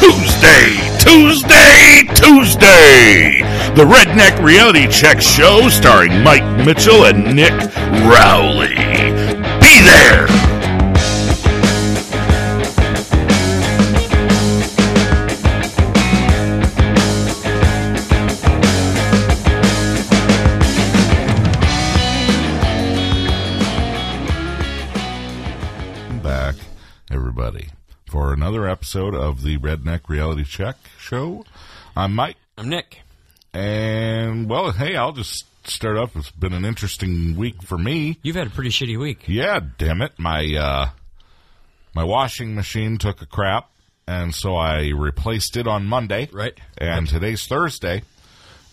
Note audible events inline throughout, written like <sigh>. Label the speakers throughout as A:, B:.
A: Tuesday, Tuesday, Tuesday. The Redneck Reality Check Show starring Mike Mitchell and Nick Rowley. Be there.
B: back, everybody, for another episode of the Redneck Reality Check Show. I'm Mike,
C: I'm Nick.
B: and well, hey, I'll just start up. It's been an interesting week for me.
C: You've had a pretty shitty week.
B: Yeah, damn it, my uh, my washing machine took a crap, and so I replaced it on Monday.
C: Right.
B: and today's Thursday,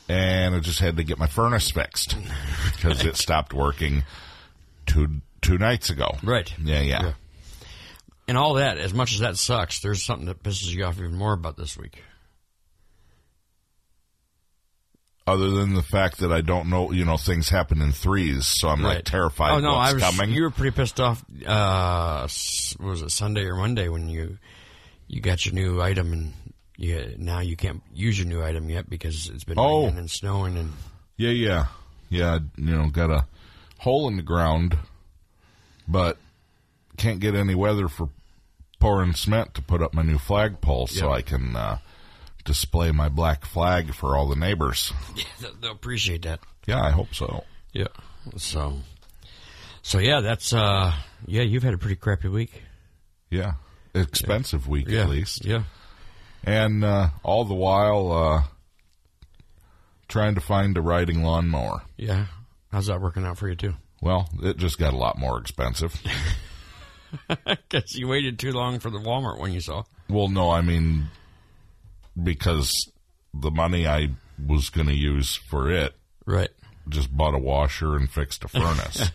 B: and I just had to get my furnace fixed <laughs> because it stopped working two two nights ago.
C: Right.
B: Yeah, yeah.
C: And all that, as much as that sucks, there's something that pisses you off even more about this week.
B: other than the fact that I don't know, you know, things happen in threes, so I'm like terrified
C: Oh no,
B: what's
C: I was.
B: coming.
C: You were pretty pissed off. Uh, s- was it Sunday or Monday when you you got your new item and you, now you can't use your new item yet because it's been
B: Oh.
C: raining and snowing and <laughs>
B: yeah, yeah, yeah. You know, got a hole in the ground, but can't get any weather for pouring cement to put up my new flagpole, so
C: Yeah.
B: I can uh, display my black flag for all the neighbors.
C: they'll- they'll appreciate that.
B: Yeah, I hope so.
C: Yeah. So. So yeah, that's uh yeah. You've had a pretty crappy week.
B: Yeah, expensive week
C: Yeah.
B: at least.
C: Yeah.
B: and uh, all the while uh, trying to find a riding lawnmower.
C: Yeah. How's that working out for you too?
B: Well, it just got a lot more expensive.
C: Because you waited too long for the Walmart one you saw.
B: well, no, I mean because the money I was going to use for it
C: Right.
B: just bought a washer and fixed
C: <laughs>
B: a furnace.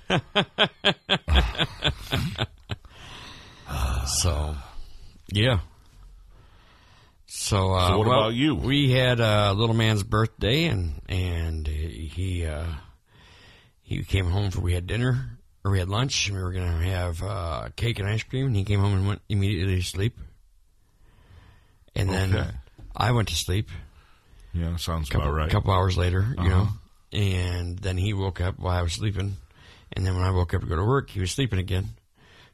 C: So, yeah. So, uh,
B: So what
C: well,
B: about you?
C: We had a uh, little man's birthday, and and he uh, he came home for we had dinner or we had lunch, and we were gonna have uh, cake and ice cream. And he came home and went immediately to sleep, and then
B: Okay.
C: I went to sleep.
B: yeah, sounds
C: couple,
B: about right. Uh-huh.
C: couple hours later, you know. And then he woke up while I was sleeping, and then when I woke up to go to work, he was sleeping again.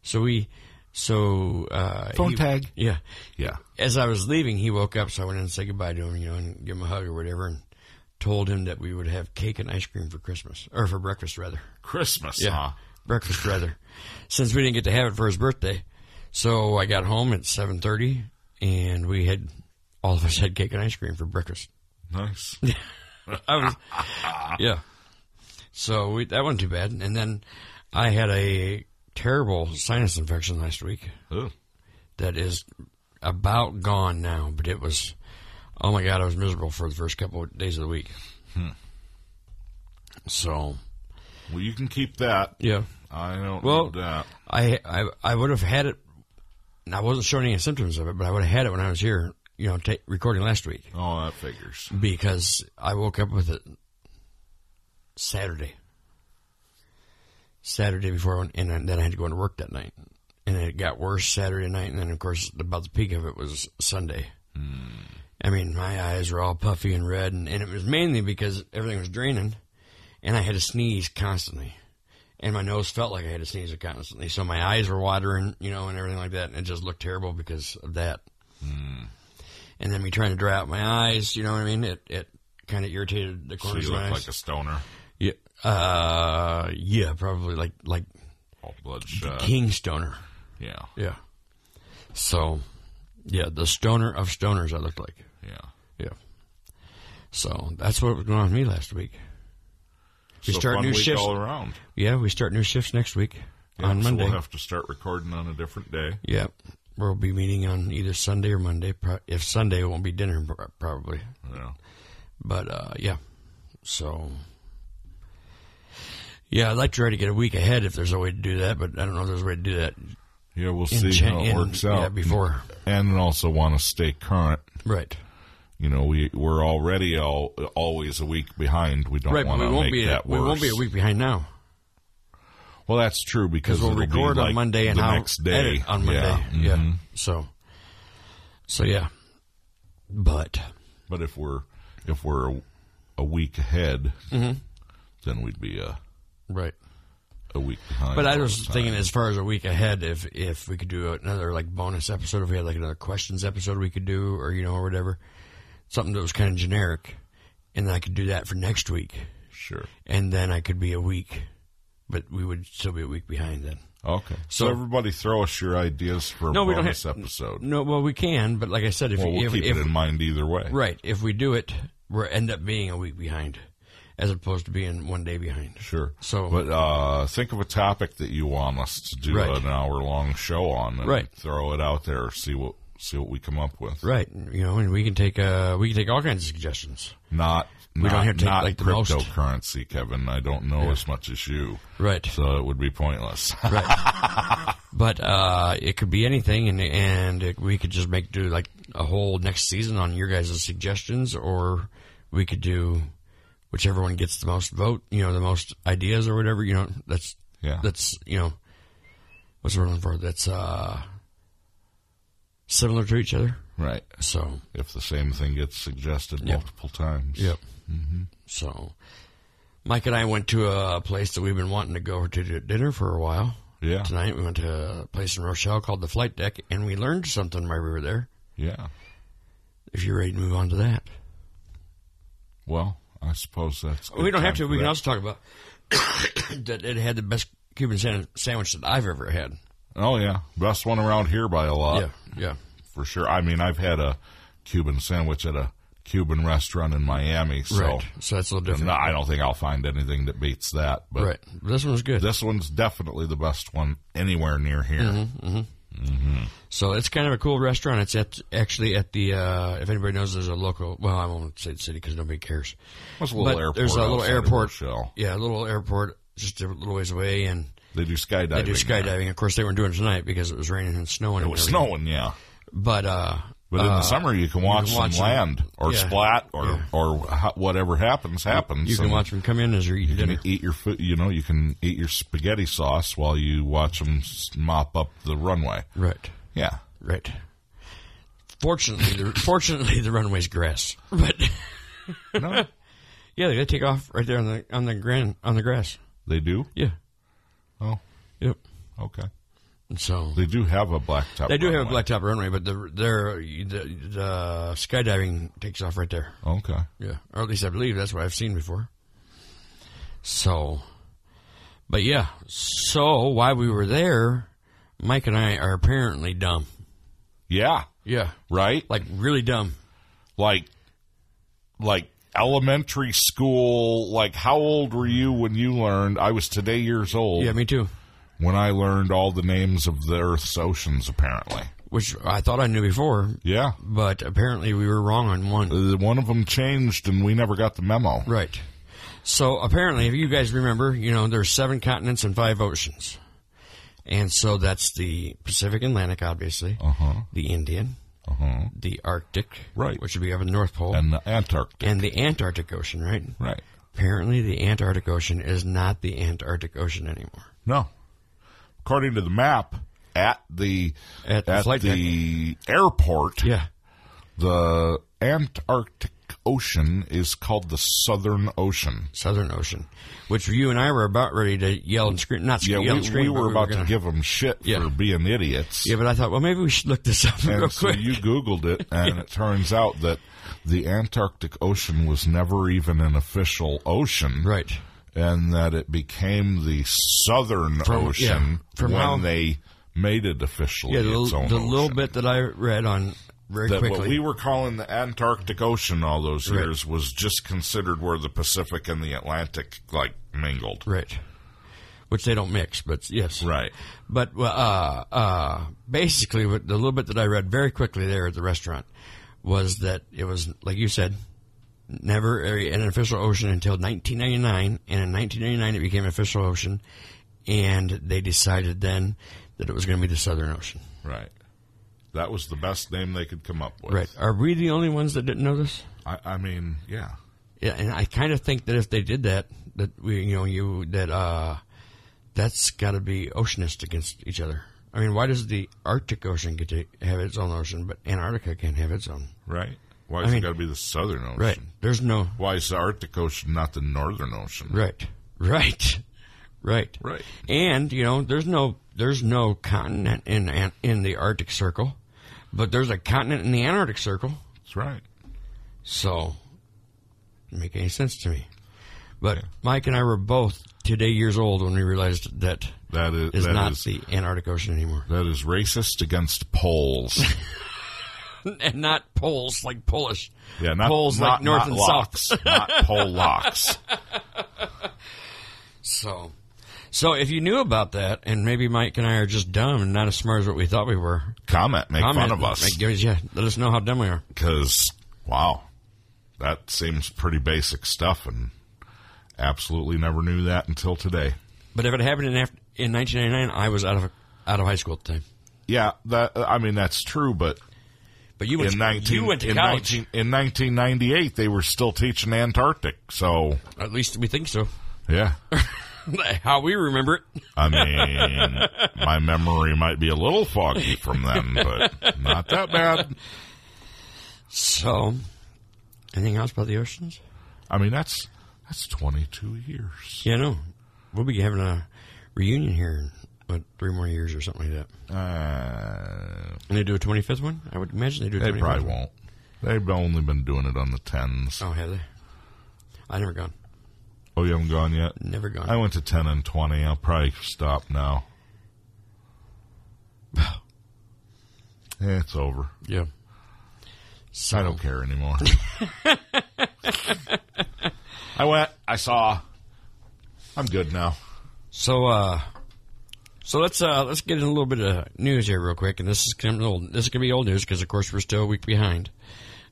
C: So we, so uh,
B: Phone
C: he-
B: tag.
C: yeah.
B: Yeah,
C: As I was leaving, he woke up, so I went in and said goodbye to him, you know, and give him a hug or whatever, and told him that we would have cake and ice cream for Christmas or for breakfast rather.
B: Christmas.
C: Yeah.
B: Huh?
C: Breakfast rather. <laughs> Since we didn't get to have it for his birthday. So I got home at 7:30 and we had all of us had cake and ice cream for breakfast.
B: Nice.
C: I was, <laughs> yeah. So we, that wasn't too bad. And then I had a terrible sinus infection last week
B: Ooh.
C: that is about gone now, but it was, oh my God, I was miserable for the first couple of days of the week. So,
B: Well, you can keep that.
C: yeah.
B: I don't
C: Well-
B: need that.
C: I, I, I would have had it, and I wasn't showing any symptoms of it, but I would have had it when I was here, you know, ta recording last week
B: Oh, that figures.
C: because I woke up with it Saturday. Saturday before, I went, and then I had to go into work that night, and it got worse Saturday night, and then of course about the peak of it was Sunday.
B: Hmm.
C: I mean, my eyes were all puffy and red, and, and it was mainly because everything was draining, and I had to sneeze constantly, and my nose felt like I had to sneeze constantly, so my eyes were watering, you know, and everything like that, and it just looked terrible because of that
B: Hmm.
C: and then me trying to dry out my eyes. You know what I mean? It it kind of irritated the
B: So
C: corners
B: you
C: of my
B: look
C: eyes.
B: like a stoner.
C: yeah, uh, yeah, probably like like
B: All bloodshot.
C: King Stoner.
B: yeah,
C: Yeah. So, yeah, the stoner of stoners I looked like.
B: yeah.
C: Yeah. So that's what was going on with me last week. We
B: so
C: start
B: fun
C: new
B: week
C: shifts.
B: all around.
C: Yeah, we start new shifts next week
B: Yeah,
C: on
B: so
C: Monday.
B: we'll have to start recording on a different day.
C: yeah, we'll be meeting on either Sunday or Monday. Pro- If Sunday, it won't be dinner pro- probably.
B: Yeah.
C: But uh, yeah, so yeah, I'd like to try to get a week ahead if there's a way to do that, but I don't know if there's a way to do that.
B: Yeah, we'll
C: in
B: see
C: cha-
B: how it
C: in-
B: works
C: Yeah,
B: out.
C: before
B: and also want to stay current.
C: right,
B: You know, we we're already all, always a week behind. We don't
C: right. But
B: want
C: we
B: to
C: won't
B: make
C: be a,
B: that
C: we
B: worse.
C: won't be a week behind now
B: Well, that's true
C: because
B: because
C: we'll
B: it'll be
C: record
B: like
C: on Monday and
B: the
C: I'll
B: next day
C: edit on Monday.
B: Yeah,
C: Yeah, so so yeah. But
B: But if we're if we're a, a week ahead,
C: Mm-hmm.
B: then we'd be a,
C: right.
B: a week behind.
C: But I
B: all
C: was
B: the time.
C: thinking, as far as a week ahead, if if we could do another like bonus episode, if we had like another questions episode, we could do, or you know, or whatever, something that was kind of generic, and I could do that for next week,
B: sure.
C: and then I could be a week, but we would still be a week behind then.
B: Okay. So,
C: So-
B: everybody throw us your ideas for
C: No, we don't
B: bonus
C: have-
B: episode.
C: No, well, we can, but like I said, if
B: well, we'll
C: if,
B: keep
C: if
B: it in mind either way.
C: right, if we do it, we will end up being a week behind, as opposed to being one day behind.
B: Sure.
C: So-
B: but uh, think of a topic that you want us to do
C: Right.
B: an hour long show on, and
C: Right.
B: Throw it out there. See what see what we come up with.
C: Right, you know, and we can take uh we can take all kinds of suggestions.
B: Not we
C: don't
B: not,
C: have to take,
B: not
C: like, the most.
B: cryptocurrency, Kevin. I don't know as much as you,
C: Right.
B: so it would be pointless. <laughs>
C: But uh, it could be anything, and and it, we could just make do like a whole next season on your guys' suggestions, or we could do whichever one gets the most vote, you know, the most ideas or whatever. You know, that's
B: Yeah.
C: that's you know, what's the word I'm looking for? That's uh, similar to each other.
B: right.
C: So
B: If the same thing gets suggested multiple times.
C: Yep. Mm-hmm. So, Mike and I went to a place that we've been wanting to go to to dinner for a while.
B: Yeah.
C: Tonight we went to a place in Rochelle called the Flight Deck, and we learned something while we were there.
B: Yeah.
C: If you're ready to move on to that,
B: Well, I suppose that's. good
C: we don't
B: time
C: have to.
B: for
C: We can
B: that.
C: also talk about <coughs> that it had the best Cuban san- sandwich that I've ever had.
B: Oh yeah, best one around here by a lot.
C: yeah, yeah,
B: for sure. I mean, I've had a Cuban sandwich at a Cuban restaurant in Miami, so
C: right. So that's a little different,
B: no, I don't think I'll find anything that beats that. But
C: right? But this one was good.
B: this one's definitely the best one anywhere near here.
C: Mm-hmm. So it's kind of a cool restaurant. It's at actually at the uh, if anybody knows, there's a local. Well, I won't say the city because nobody cares.
B: There's a little
C: But
B: airport.
C: There's a little
B: outside of
C: airport.
B: Rochelle.
C: Yeah, a little airport just a little ways away, and
B: They do skydiving.
C: they do skydiving. Of course, they weren't doing it tonight because it was raining and snowing.
B: It was snowing, yeah.
C: but uh,
B: But in the summer, you can watch,
C: watch them.
B: them land or
C: Yeah.
B: splat or or ho- whatever happens happens.
C: you can
B: and
C: watch them come in as they're eating
B: You
C: dinner.
B: can eat your food. You know, you can eat your spaghetti sauce while you watch them mop up the runway.
C: Right, <laughs>
B: Yeah.
C: right. Fortunately, the, <laughs> fortunately, the runway's grass. But <laughs>
B: No,
C: yeah, they take off right there on the on the grand on the grass.
B: they do.
C: Yeah,
B: Oh,
C: yep.
B: okay.
C: And so
B: They do have a blacktop.
C: They do have a
B: runway.
C: blacktop runway, but the their the, the skydiving takes off right there.
B: Okay.
C: Yeah, or at least I believe that's what I've seen before. So, but yeah, so while we were there, Mike and I are apparently dumb.
B: Yeah.
C: Yeah,
B: Right.
C: like really dumb.
B: Like, like elementary school. Like, how old were you when you learned? I was today years old
C: Yeah, me too.
B: when I learned all the names of the Earth's oceans. Apparently.
C: Which I thought I knew before,
B: Yeah.
C: but apparently we were wrong on one.
B: Uh, One of them changed, and we never got the memo.
C: Right. So apparently, if you guys remember, you know, there's seven continents and five oceans. And so that's the Pacific Atlantic, obviously.
B: Uh huh.
C: the Indian,
B: Uh huh.
C: the Arctic,
B: Right.
C: which would be up in the North Pole, and,
B: And the Antarctic.
C: the Antarctic Ocean, right?
B: Right.
C: Apparently, the Antarctic Ocean is not the Antarctic Ocean anymore.
B: No. According to the map, at the
C: At the flight deck.
B: the airport,
C: Yeah,
B: The Antarctic Ocean is called the Southern Ocean.
C: Southern Ocean, which you and I were about ready to yell and scream. Not
B: Yeah,
C: scream,
B: we,
C: yell and
B: we
C: scream, but
B: were about
C: gonna-
B: to give them shit
C: Yeah.
B: for being idiots.
C: Yeah, but I thought, well, maybe we should look this up real
B: and so
C: quick.
B: you
C: <laughs>
B: Googled it, and it turns out that the Antarctic Ocean was never even an official ocean.
C: right.
B: And that it became the Southern
C: From-
B: Ocean
C: yeah, from
B: when
C: how-
B: they made it officially
C: Yeah, the,
B: its
C: little-
B: own
C: the little
B: ocean.
C: bit that I read on very
B: that
C: quickly.
B: what we were calling the Antarctic Ocean all those years was just considered where the Pacific and the Atlantic like mingled.
C: right. Which they don't mix, but yes.
B: Right.
C: But well, uh, uh, basically, what the little bit that I read very quickly there at the restaurant was that it was, like you said, never a- an official ocean until 1999, and in 1999 it became an official ocean, and they decided then that it was going to be the Southern Ocean.
B: Right. That was the best name they could come up with.
C: Right? Are we the only ones that didn't know this?
B: I, I mean, yeah.
C: Yeah, and I kind of think that if they did that, that we, you know, you that uh, that's got to be oceanist against each other. I mean, why does the Arctic Ocean get to have its own ocean, but Antarctica can't have its own?
B: Right. Why
C: I
B: has
C: mean-
B: it got to be the Southern Ocean?
C: Right. There's no.
B: Why is the Arctic Ocean not the Northern Ocean?
C: Right. Right. Right.
B: Right.
C: And you know, there's no there's no continent in An- in the Arctic Circle, but there's a continent in the Antarctic Circle.
B: That's right.
C: So, doesn't make any sense to me. But Mike and I were both today years old when we realized that
B: That is,
C: is
B: that
C: not
B: is-
C: the Antarctic Ocean anymore,
B: that is racist against Poles.
C: <laughs> and not poles like Polish.
B: Yeah, not
C: Poles
B: not,
C: like North
B: not
C: and
B: locks, South. <laughs> not pole locks.
C: So, so if you knew about that, and maybe Mike and I are just dumb and not as smart as what we thought we were,
B: Comment, make
C: comment,
B: fun of us
C: like, give us- yeah, let us know how dumb we are.
B: because wow, that seems pretty basic stuff, and absolutely never knew that until today.
C: But if it happened in after, in 1999, I was out of out of high school at the time.
B: Yeah, that I mean that's true, but
C: But you went
B: in
C: to,
B: 19
C: you went to
B: in,
C: college.
B: 19, in 1998 they were still teaching Antarctic, so
C: At least we think so. <laughs>
B: yeah.
C: how we remember it. <laughs>
B: I mean, my memory might be a little foggy from then, but not that bad.
C: So, anything else about the oceans?
B: I mean, that's that's 22 years.
C: Yeah, no. We'll be having a reunion here in what, three more years or something like that.
B: Uh,
C: And they do a 25th one? I would imagine they do a
B: they
C: 25th
B: probably
C: one.
B: won't. They've only been doing it on the tens.
C: Oh, have they? I never gone.
B: Oh, you haven't gone yet.
C: Never gone.
B: I went to 10 and 20. I'll probably stop now. <sighs> Eh, it's over.
C: yeah. So,
B: I don't
C: <laughs>
B: care anymore. I went. I saw. I'm good now.
C: So, uh, so let's uh, let's get in a little bit of news here real quick, and this is kind of old. This is gonna be old news because, of course, we're still a week behind.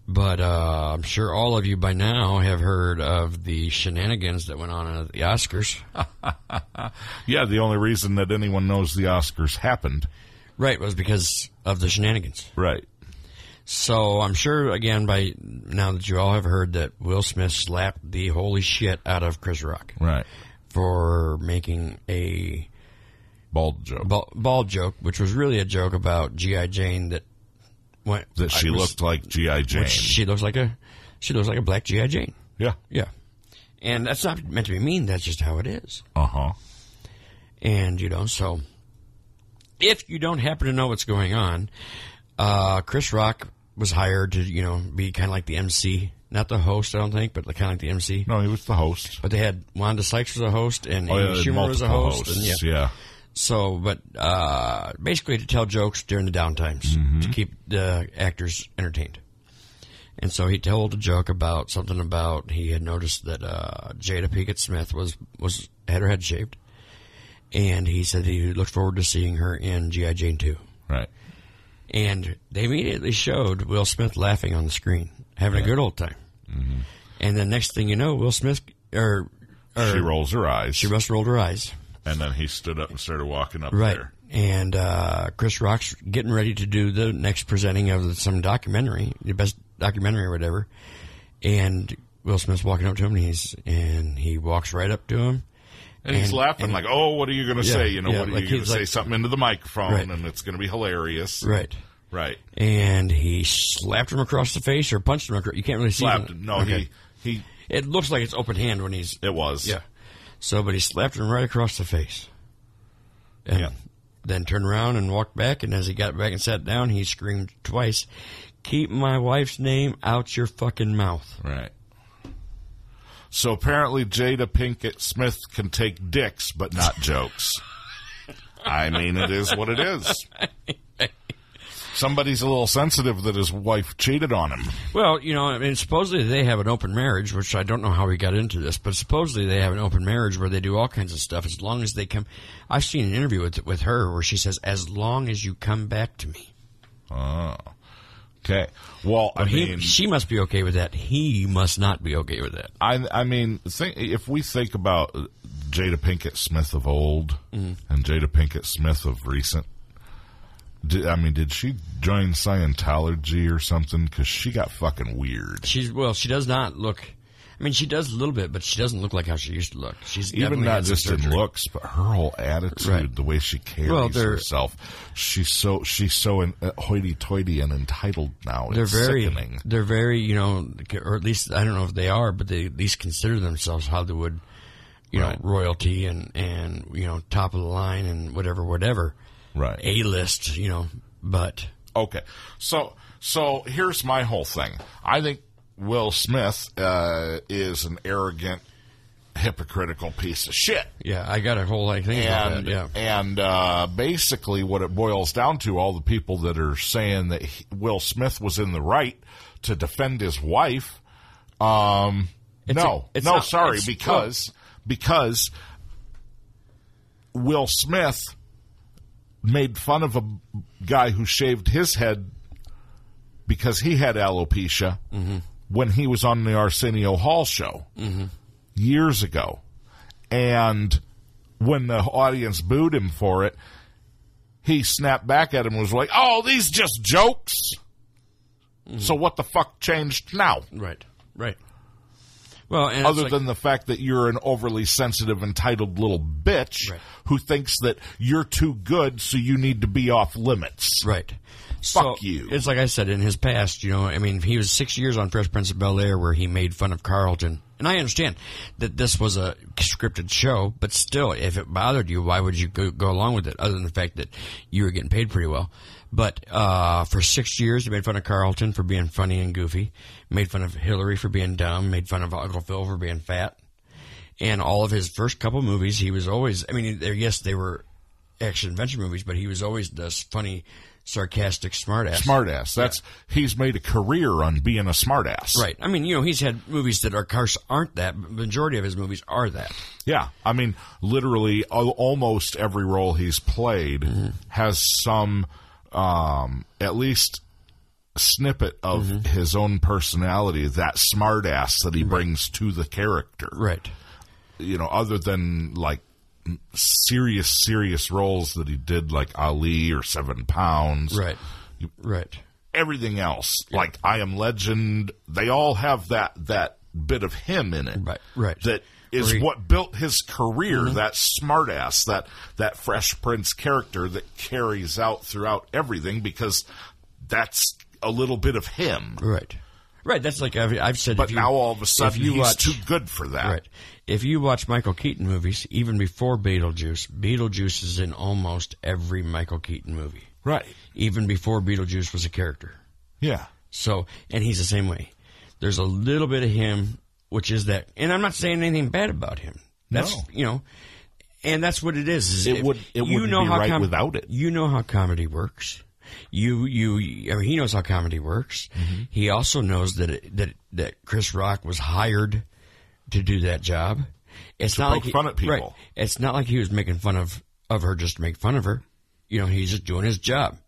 C: But uh, I'm sure all of you by now have heard of the shenanigans that went on at the Oscars.
B: Yeah, the only reason that anyone knows the Oscars happened.
C: Right, was because of the shenanigans.
B: Right.
C: So I'm sure again by now that you all have heard that Will Smith slapped the holy shit out of Chris Rock
B: Right.
C: for making a
B: Bald joke.
C: ball, ball joke, which was really a joke about GI Jane that went
B: that she
C: was-
B: looked like G.I. Jane.
C: She looks like a she looks like a black GI Jane.
B: yeah.
C: Yeah, and that's not meant to be mean. That's just how it is.
B: Uh huh.
C: And, you know, so if you don't happen to know what's going on, uh, Chris Rock was hired to, you know, be kind of like the MC. Not the host, I don't think, but kind of like the MC.
B: No, he was the host.
C: But they had Wanda Sykes was a host and
B: Oh,
C: Amy
B: yeah,
C: Schumer was a
B: multiple
C: host.
B: hosts,
C: and yeah.
B: yeah.
C: So, but uh, basically to tell jokes during the downtimes
B: Mm-hmm.
C: to keep the actors entertained. And so he told a joke about something about he had noticed that uh, Jada Pinkett Smith was was had her head shaved, and he said he looked forward to seeing her in GI Jane two.
B: Right.
C: And they immediately showed Will Smith laughing on the screen, having a good old time.
B: Mm-hmm.
C: And then next thing you know, Will Smith or
B: she rolls her eyes,
C: she must rolled her eyes.
B: and then he stood up and started walking up
C: Right.
B: there.
C: And uh, Chris Rock's getting ready to do the next presenting of some documentary, the best documentary or whatever. And Will Smith's walking up to him, and he's and he walks right up to him.
B: And, he's
C: And-
B: laughing like, "Oh, what are you going to say? You know,
C: yeah,
B: what are
C: like
B: you going
C: he's
B: to say?
C: like-
B: Something into the microphone,
C: Right.
B: and it's going to be hilarious."
C: Right.
B: Right.
C: And he slapped him across the face or punched him across. You can't really see.
B: Slapped
C: him.
B: him. No,
C: Okay.
B: he he.
C: It looks like it's open hand when he's.
B: It was.
C: Yeah. So, but he slapped him right across the face. And
B: Yeah.
C: then turned around and walked back. And as he got back and sat down, he screamed twice, Keep my wife's name out your fucking mouth.
B: Right. So apparently, Jada Pinkett Smith can take dicks, but not jokes. I mean, it is what it is. Somebody's a little sensitive that his wife cheated on him.
C: Well, you know, I mean, supposedly they have an open marriage, which I don't know how we got into this, but supposedly they have an open marriage where they do all kinds of stuff as long as they come. I've seen an interview with, with her where she says, As long as you come back to me.
B: Oh. Okay. Well, I
C: He-
B: mean,
C: she must be okay with that. He must not be okay with that.
B: I, I mean, think, if we think about Jada Pinkett Smith of old
C: Mm-hmm.
B: and Jada Pinkett Smith of recent, di- I mean, did she join Scientology or something? Because she got fucking weird.
C: She's well. She does not look. I mean, she does a little bit, but she doesn't look like how she used to look. She's
B: Even
C: definitely
B: not
C: had some
B: just in
C: surgery.
B: looks, but her whole attitude,
C: Right.
B: the way she carries
C: Well, they're-
B: herself. She's so she's so in, uh, hoity-toity and entitled now.
C: They're
B: it's
C: very,
B: sickening.
C: they're very, you know, or at least I don't know if they are, but they at least consider themselves Hollywood, you
B: Right.
C: know, royalty and and you know, top of the line and whatever, whatever,
B: Right.
C: A list, you know, but
B: Okay. So so here's my whole thing. I think Will Smith uh, is an arrogant, hypocritical piece of shit.
C: yeah, I got a whole like thing about
B: And
C: that, yeah.
B: and uh, basically, what it boils down to, all the people that are saying that he- Will Smith was in the right to defend his wife. Um,
C: It's
B: no,
C: a- it's
B: no,
C: not-
B: sorry,
C: it's-
B: because because Will Smith made fun of a guy who shaved his head because he had alopecia
C: Mm-hmm.
B: when he was on the Arsenio Hall show years ago. And when the audience booed him for it, he snapped back at him and was like, Oh, these just jokes.
C: Mm-hmm.
B: So what the fuck changed now?
C: Right, right. Well, and it's
B: Other
C: like-
B: than the fact that you're an overly sensitive, entitled little bitch
C: Right.
B: who thinks that you're too good, so you need to be off limits.
C: Right.
B: Fuck you.
C: It's like I said in his past, you know, I mean, he was six years on Fresh Prince of Bel Air where he made fun of Carlton. And I understand that this was a scripted show, but still, if it bothered you, why would you go, go along with it other than the fact that you were getting paid pretty well? But uh, for six years, he made fun of Carlton for being funny and goofy, made fun of Hillary for being dumb, made fun of Uncle Phil for being fat and all of his first couple movies, he was always. I mean, there yes, they were action adventure movies, but he was always this funny, sarcastic smartass.
B: Smartass. That's he's made a career on being a smartass.
C: Right. I mean, you know, he's had movies that are of course aren't that. But majority of his movies are that.
B: Yeah, I mean, literally, al- almost every role he's played
C: Mm-hmm.
B: has some, um, at least, snippet of
C: Mm-hmm.
B: his own personality. That smartass that he brings to the character.
C: Right.
B: You know, other than like m- serious, serious roles that he did, like Ali or Seven Pounds.
C: Right. Right.
B: Everything else, like I Am Legend, they all have that that bit of him in it
C: Right. Mm-hmm. Right.
B: that is
C: Where he-
B: what built his career. That smartass, that that Fresh Prince character that carries out throughout everything because that's a little bit of him.
C: Right. Right. That's like I've, I've said.
B: But
C: if you-
B: now all of a sudden
C: if you
B: he's
C: watch,
B: too good for that.
C: Right. If you watch Michael Keaton movies, even before Beetlejuice, Beetlejuice is in almost every Michael Keaton movie,
B: Right.
C: even before Beetlejuice was a character.
B: Yeah.
C: So, and he's the same way. There's a little bit of him, which is that, and I'm not saying anything bad about him. That's
B: No.
C: you know, and that's what it is. is
B: It
C: if-
B: would- it wouldn't be right without it.
C: You know how comedy works. You you I mean, he knows how comedy works.
B: Mm-hmm.
C: He also knows that it, that that Chris Rock was hired to do that job. It's not
B: poke
C: like he-
B: fun at people.
C: Right. It's not like he was making fun of of her just to make fun of her. You know, he's just doing his job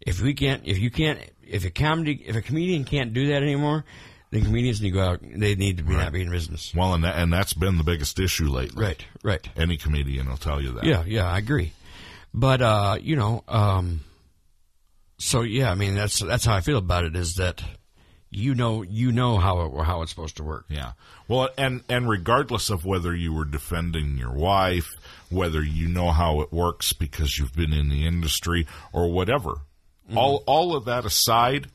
C: if we can't, if you can't, if a comedy, if a comedian can't do that anymore, then comedians need to go out. They need to be not be in business.
B: Well, and that, and that's been the biggest issue lately.
C: Right. Right.
B: Any comedian will tell you that.
C: Yeah. Yeah. I agree. But uh, you know, um, so yeah, I mean, that's that's how I feel about it. Is that you know you know how it, how it's supposed to work.
B: Yeah. Well, and and regardless of whether you were defending your wife, whether you know how it works because you've been in the industry or whatever,
C: Mm-hmm.
B: all all of that aside,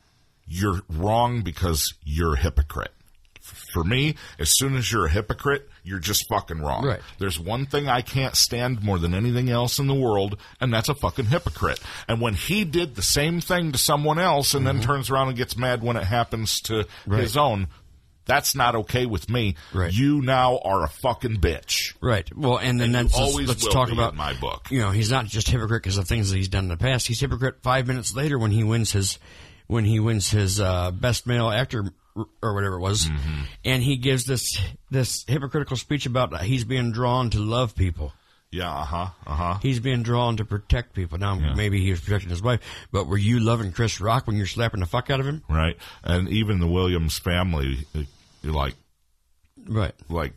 B: you're wrong because you're a hypocrite. F- For me, as soon as you're a hypocrite, you're just fucking wrong.
C: Right.
B: There's one thing I can't stand more than anything else in the world, and that's a fucking hypocrite. And when he did the same thing to someone else and
C: Mm-hmm.
B: then turns around and gets mad when it happens to his own, that's not okay with me.
C: Right.
B: You now are a fucking bitch.
C: Right. Well, and then that's,
B: always
C: let's, let's
B: will
C: talk
B: be
C: about
B: in my book.
C: You know, he's not just hypocrite because of things that he's done in the past. He's hypocrite five minutes later when he wins his when he wins his uh, best male actor or whatever it was,
B: Mm-hmm.
C: and he gives this this hypocritical speech about he's being drawn to love people.
B: Yeah, uh huh, uh huh.
C: He's being drawn to protect people. Now, maybe he was protecting his wife, but were you loving Chris Rock when you're slapping the fuck out of him?
B: Right. And even the Williams family, uh, like,
C: Right.
B: like,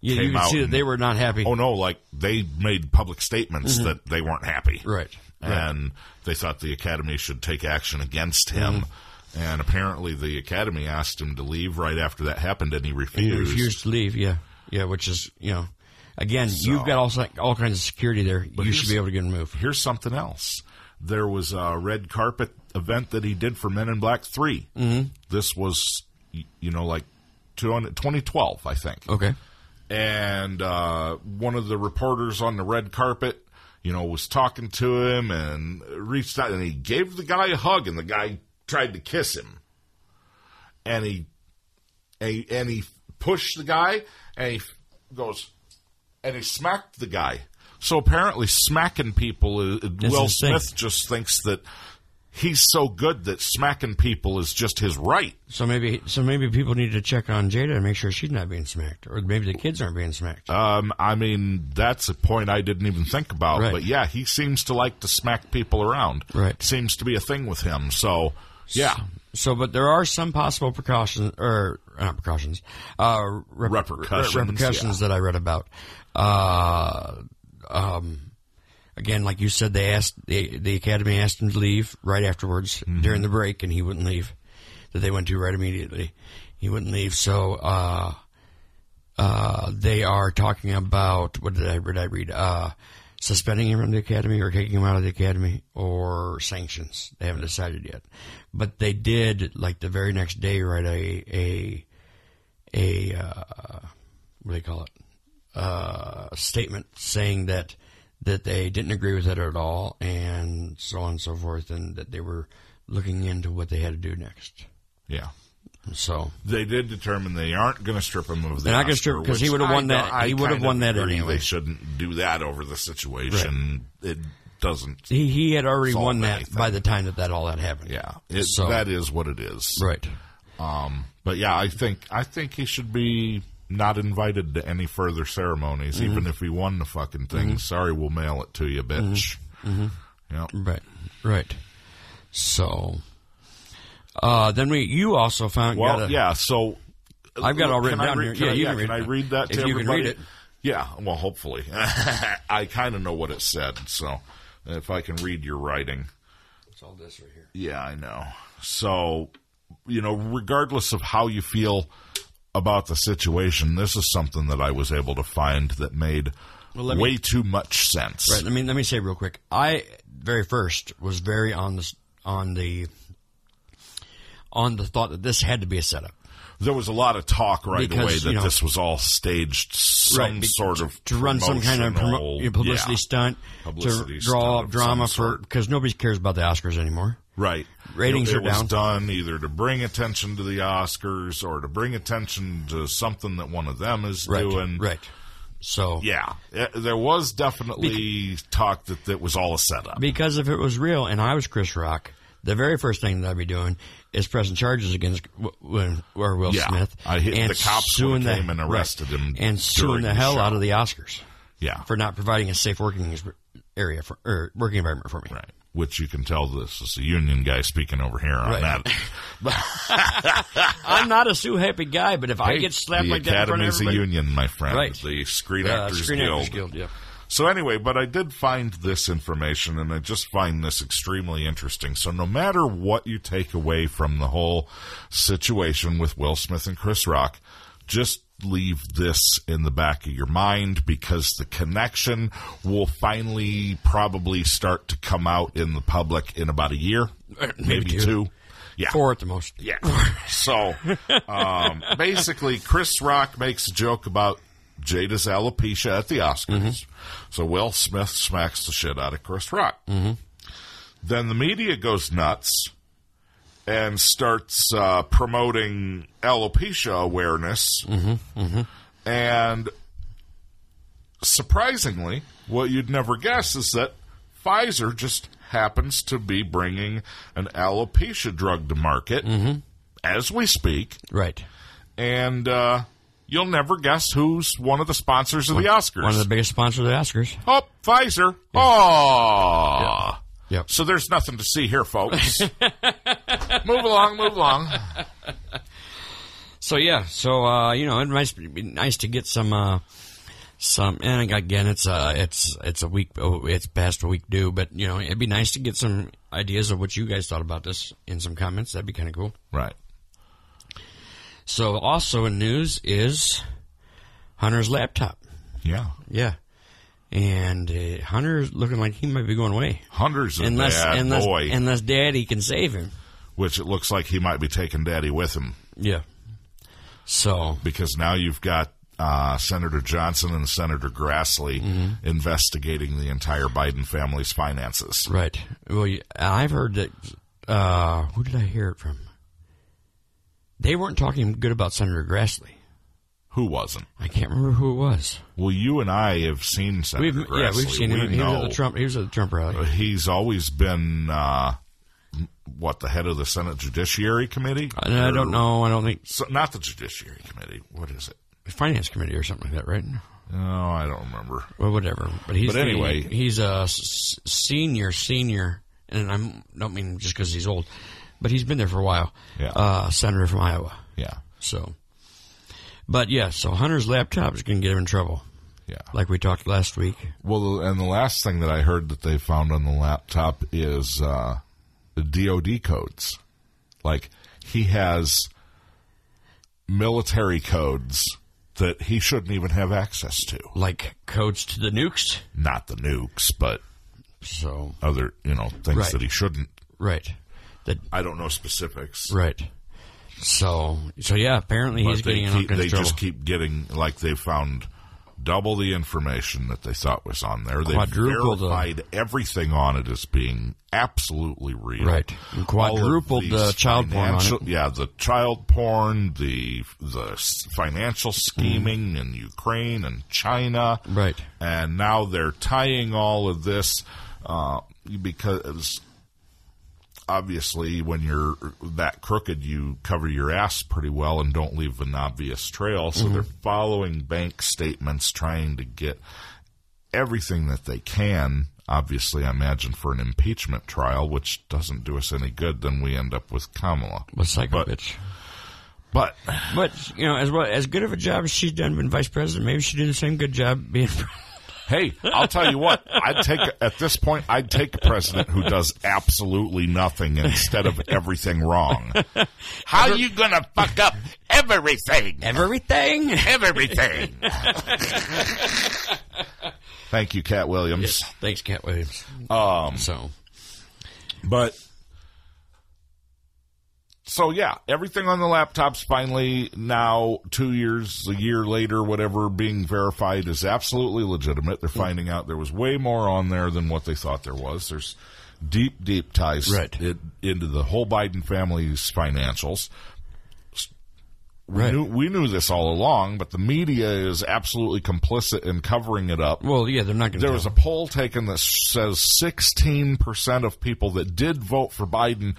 C: Yeah,
B: Came
C: you can
B: out
C: see that
B: and-
C: they were not happy.
B: oh no, like they made public statements
C: Mm-hmm.
B: that they weren't happy.
C: Right.
B: and they thought the academy should take action against him And apparently, the Academy asked him to leave right after that happened, and he
C: He
B: refused.
C: refused to leave. Yeah, yeah, which is you know, again, you've got all si- all kinds of security there. You should
B: here's-
C: be able to get him moved.
B: Here's something else. There was a red carpet event that he did for Men in Black 3. Mm-hmm. This was, y- you know, like 200 2012, I think.
C: Okay.
B: and uh, one of the reporters on the red carpet, you know, was talking to him and reached out and he gave the guy a hug and the guy tried to kiss him, and he, and and he pushed the guy and he f- goes, and he smacked the guy. So apparently, smacking people, is, Will
C: his thing.
B: Smith just thinks that he's so good that smacking people is just his right.
C: So maybe so maybe people need to check on Jada and make sure she's not being smacked, or maybe the kids aren't being smacked.
B: Um, I mean, that's a point I didn't even think about.
C: Right.
B: But yeah, he seems to like to smack people around.
C: Right.
B: Seems to be a thing with him. So yeah,
C: So, but there are some possible precautions, or not precautions, uh, rep-
B: Repercussions,
C: re- repercussions that I read about. Uh, um, again, like you said, they asked the the academy asked him to leave right afterwards during the break, and he wouldn't leave. That they went to right immediately, he wouldn't leave. So, uh, uh, they are talking about what did I read? I read uh, suspending him from the academy or kicking him out of the academy or sanctions. They haven't decided yet, but they did like the very next day write a a a uh, what do they call it? Uh, statement saying that that they didn't agree with it at all, and so on and so forth, and that they were looking into what they had to do next.
B: yeah.
C: So
B: They did determine they aren't going to strip him of the.
C: They're not gonna
B: Oscar,
C: strip- 'cause he
B: which
C: would've
B: I
C: won
B: know-
C: that-
B: I
C: he would've
B: kind of
C: won that
B: agree
C: anyway.
B: They shouldn't do that over the situation. It doesn't.
C: he he had already
B: Solve
C: won that
B: anything.
C: by the time that that all that happened.
B: Yeah, it,
C: So-
B: that is what it is.
C: Right.
B: Um, but yeah, I think I think he should be not invited to any further ceremonies,
C: Mm-hmm.
B: even if he won the fucking thing. Sorry, we'll mail it to you, bitch.
C: Mm-hmm.
B: Yep.
C: Right, right. So, uh, then we you also found
B: Well,
C: got a-
B: yeah. So uh,
C: I've got it all written
B: can I
C: down
B: read-
C: here.
B: Can
C: Yeah,
B: I,
C: you
B: yeah,
C: can read
B: can
C: it.
B: I read that
C: If
B: to
C: you can
B: everybody?
C: read it.
B: Yeah. Well, hopefully, <laughs> I kind of know what it said. So if I can read your writing.
C: It's all this right here.
B: Yeah, I know. So, you know, regardless of how you feel about the situation, this is something that I was able to find that made
C: let me-
B: way too much sense.
C: Right. Let me let me say real quick. I very first was very on this on the on the thought that this had to be a setup.
B: There was a lot of talk right
C: Because,
B: away that
C: you know-
B: this was all staged, some
C: be-
B: sort of
C: to run some kind of promo,
B: promotional-
C: you know, publicity
B: yeah,
C: stunt
B: Publicity
C: to draw
B: stunt
C: up
B: of
C: drama
B: some
C: for
B: sort.
C: because nobody cares about the Oscars anymore.
B: Right.
C: Ratings
B: it, it
C: are down.
B: Was done either to bring attention to the Oscars or to bring attention to something that one of them is
C: Right.
B: doing.
C: Right. So
B: Yeah, Uh, there was definitely talk that that was all a setup.
C: Because if it was real and I was Chris Rock, the very first thing that I'd be doing is pressing charges against W- W- or Will
B: Yeah.
C: Smith.
B: I hit
C: and
B: the cops
C: suing
B: when they came
C: the-
B: and arrested him
C: And suing
B: during
C: the
B: the
C: hell
B: show.
C: out of the Oscars
B: Yeah,
C: for not providing a safe working is- area for or working environment for me.
B: right. Which you can tell this is a union guy speaking over here on
C: Right. <laughs>
B: that.
C: I'm not a sue happy guy, but if I get slapped
B: the
C: like that in front of
B: Academy's a
C: everybody,
B: union, my friend.
C: Right.
B: The Screen
C: Uh,
B: Actors,
C: Screen
B: Guild.
C: Actors Guild, yeah.
B: So anyway, but I did find this information, and I just find this extremely interesting. So no matter what you take away from the whole situation with Will Smith and Chris Rock, just leave this in the back of your mind because the connection will finally probably start to come out in the public in about a year, maybe
C: two.
B: two. Yeah.
C: four at the most.
B: Yeah. <laughs> so um, basically, Chris Rock makes a joke about Jada's alopecia at the Oscars. So Will Smith smacks the shit out of Chris Rock. Mm-hmm. Then the media goes nuts and starts uh, promoting alopecia awareness. And surprisingly, what you'd never guess is that Pfizer just happens to be bringing an alopecia drug to market as we speak,
C: Right.
B: and uh, you'll never guess who's one of the sponsors of the Oscars.
C: One of the biggest sponsors of the Oscars.
B: oh, Pfizer! Oh.
C: Yep.
B: So there's nothing to see
C: <laughs>
B: here, folks. move along, move along.
C: So yeah, so uh, you know, it might be nice to get some uh, some and again it's uh it's it's a week oh, it's past a week due but you know it'd be nice to get some ideas of what you guys thought about this in some comments that'd be kind of cool
B: Right.
C: so also in news is hunter's laptop
B: Yeah.
C: yeah and uh, hunter's looking like he might be going away
B: Hunter's a
C: unless
B: bad
C: unless
B: boy,
C: unless daddy can save him
B: which it looks like he might be taking Daddy with him
C: yeah so
B: because now you've got uh, Senator Johnson and Senator Grassley
C: Mm-hmm.
B: investigating the entire Biden family's finances.
C: Right. Well, you- I've heard that. Uh, who did I hear it from? They weren't talking good about Senator Grassley.
B: Who wasn't?
C: I can't remember who it was.
B: Well, you and I have seen Senator
C: We've,
B: Grassley.
C: yeah, we've seen
B: We
C: him. He was,
B: know
C: at the Trump, he was at the Trump rally.
B: he's always been uh, what the head of the Senate Judiciary Committee.
C: And I don't know. I don't think
B: So, not the Judiciary Committee. What is it?
C: Finance Committee or something like that, right?
B: Oh, I don't remember.
C: Well, whatever. But he's
B: But
C: the-
B: anyway.
C: he's a s- senior, senior, and I am don't mean just because he's old, but he's been there for a while.
B: Yeah.
C: Uh, senator from Iowa.
B: Yeah,
C: So, but yeah, so Hunter's laptop is going to get him in trouble,
B: yeah.
C: like we talked last week.
B: Well, and the last thing that I heard that they found on the laptop is uh, the DoD codes. Like he has military codes that he shouldn't even have access to.
C: like codes to the nukes.
B: Not the nukes, but
C: So
B: other you know things
C: Right.
B: that he shouldn't.
C: right, that
B: I don't know specifics.
C: right. So so yeah, apparently he's
B: But they
C: getting in all
B: keep,
C: kinds
B: they
C: of trouble.
B: just keep getting like they found double the information that they thought was on there. They
C: Quadruple the-
B: verified everything on it as being absolutely real.
C: Right. And quadrupled
B: All of these
C: the child porn on it.
B: financial- Yeah, the child porn, the the s- financial scheming in Ukraine and China.
C: Right.
B: And now they're tying all of this uh, because obviously when you're that crooked you cover your ass pretty well and don't leave an obvious trail so they're following bank statements trying to get everything that they can obviously i imagine for an impeachment trial which doesn't do us any good then we end up with kamala
C: What psycho
B: but-
C: bitch.
B: but
C: But you know, as well as good of a job as she's done being vice president, maybe she did the same good job being. <laughs>
B: hey i'll tell you what i'd take at this point i'd take a president who does absolutely nothing instead of everything wrong how you gonna fuck up everything
C: Everything.
B: everything. Thank you, Cat Williams.
C: Thanks, Cat Williams.
B: Um,
C: So
B: but so yeah, everything on the laptops finally now two years, a year later, whatever, being verified is absolutely legitimate. They're finding out there was way more on there than what they thought there was. There's deep, deep ties
C: Right.
B: it, into the whole Biden family's financials.
C: right.
B: Knew- we knew this all along, but the media is absolutely complicit in covering it up.
C: Well, yeah, they're not going to.
B: There was a poll taken that says 16% of people that did vote for Biden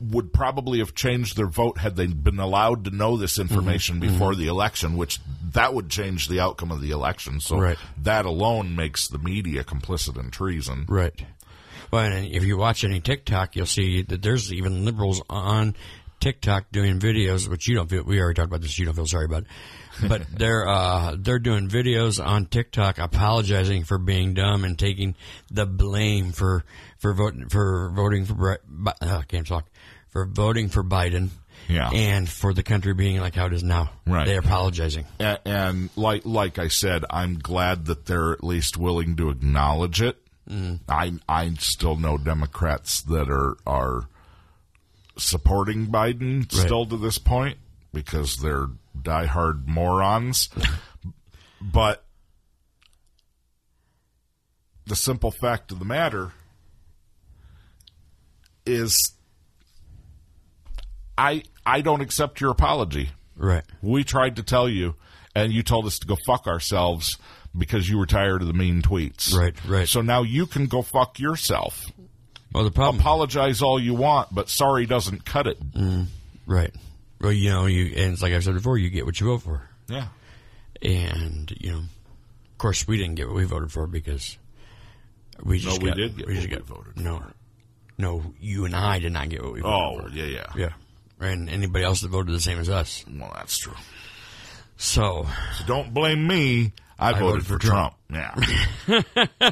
B: would probably have changed their vote had they been allowed to know this information before the election, which that would change the outcome of the election. So
C: Right.
B: that alone makes the media complicit in treason.
C: Right. Well, and if you watch any TikTok, you'll see that there's even liberals on TikTok doing videos, which you don't feel. We already talked about this. You don't feel sorry about, it.
B: <laughs>
C: but they're uh, they're doing videos on TikTok apologizing for being dumb and taking the blame for for voting for voting for Bri- Bi- uh, I can't talk for voting for Biden.
B: Yeah.
C: And for the country being like how it is now.
B: Right.
C: They're apologizing.
B: And, and like like I said, I'm glad that they're at least willing to acknowledge it. I I still know Democrats that are are supporting Biden still to this point because they're diehard morons. but the simple fact of the matter is I I don't accept your apology.
C: Right.
B: We tried to tell you, and you told us to go fuck ourselves because you were tired of the mean tweets.
C: Right, right.
B: So now you can go fuck yourself.
C: Well, the problem.
B: Apologize all you want, but sorry doesn't cut it.
C: right. Well, you know, you and it's like I've said before, you get what you vote for.
B: Yeah.
C: and you know, of course, we didn't get what we voted for because we just
B: we
C: got-
B: did get
C: just
B: what we
C: got-
B: voted
C: no, no, you and I did not get what we voted
B: Oh,
C: for.
B: yeah, yeah.
C: yeah, and anybody else that voted the same as us.
B: Well, that's true.
C: So
B: So don't blame me. I, voted,
C: voted
B: for,
C: for
B: Trump. <laughs>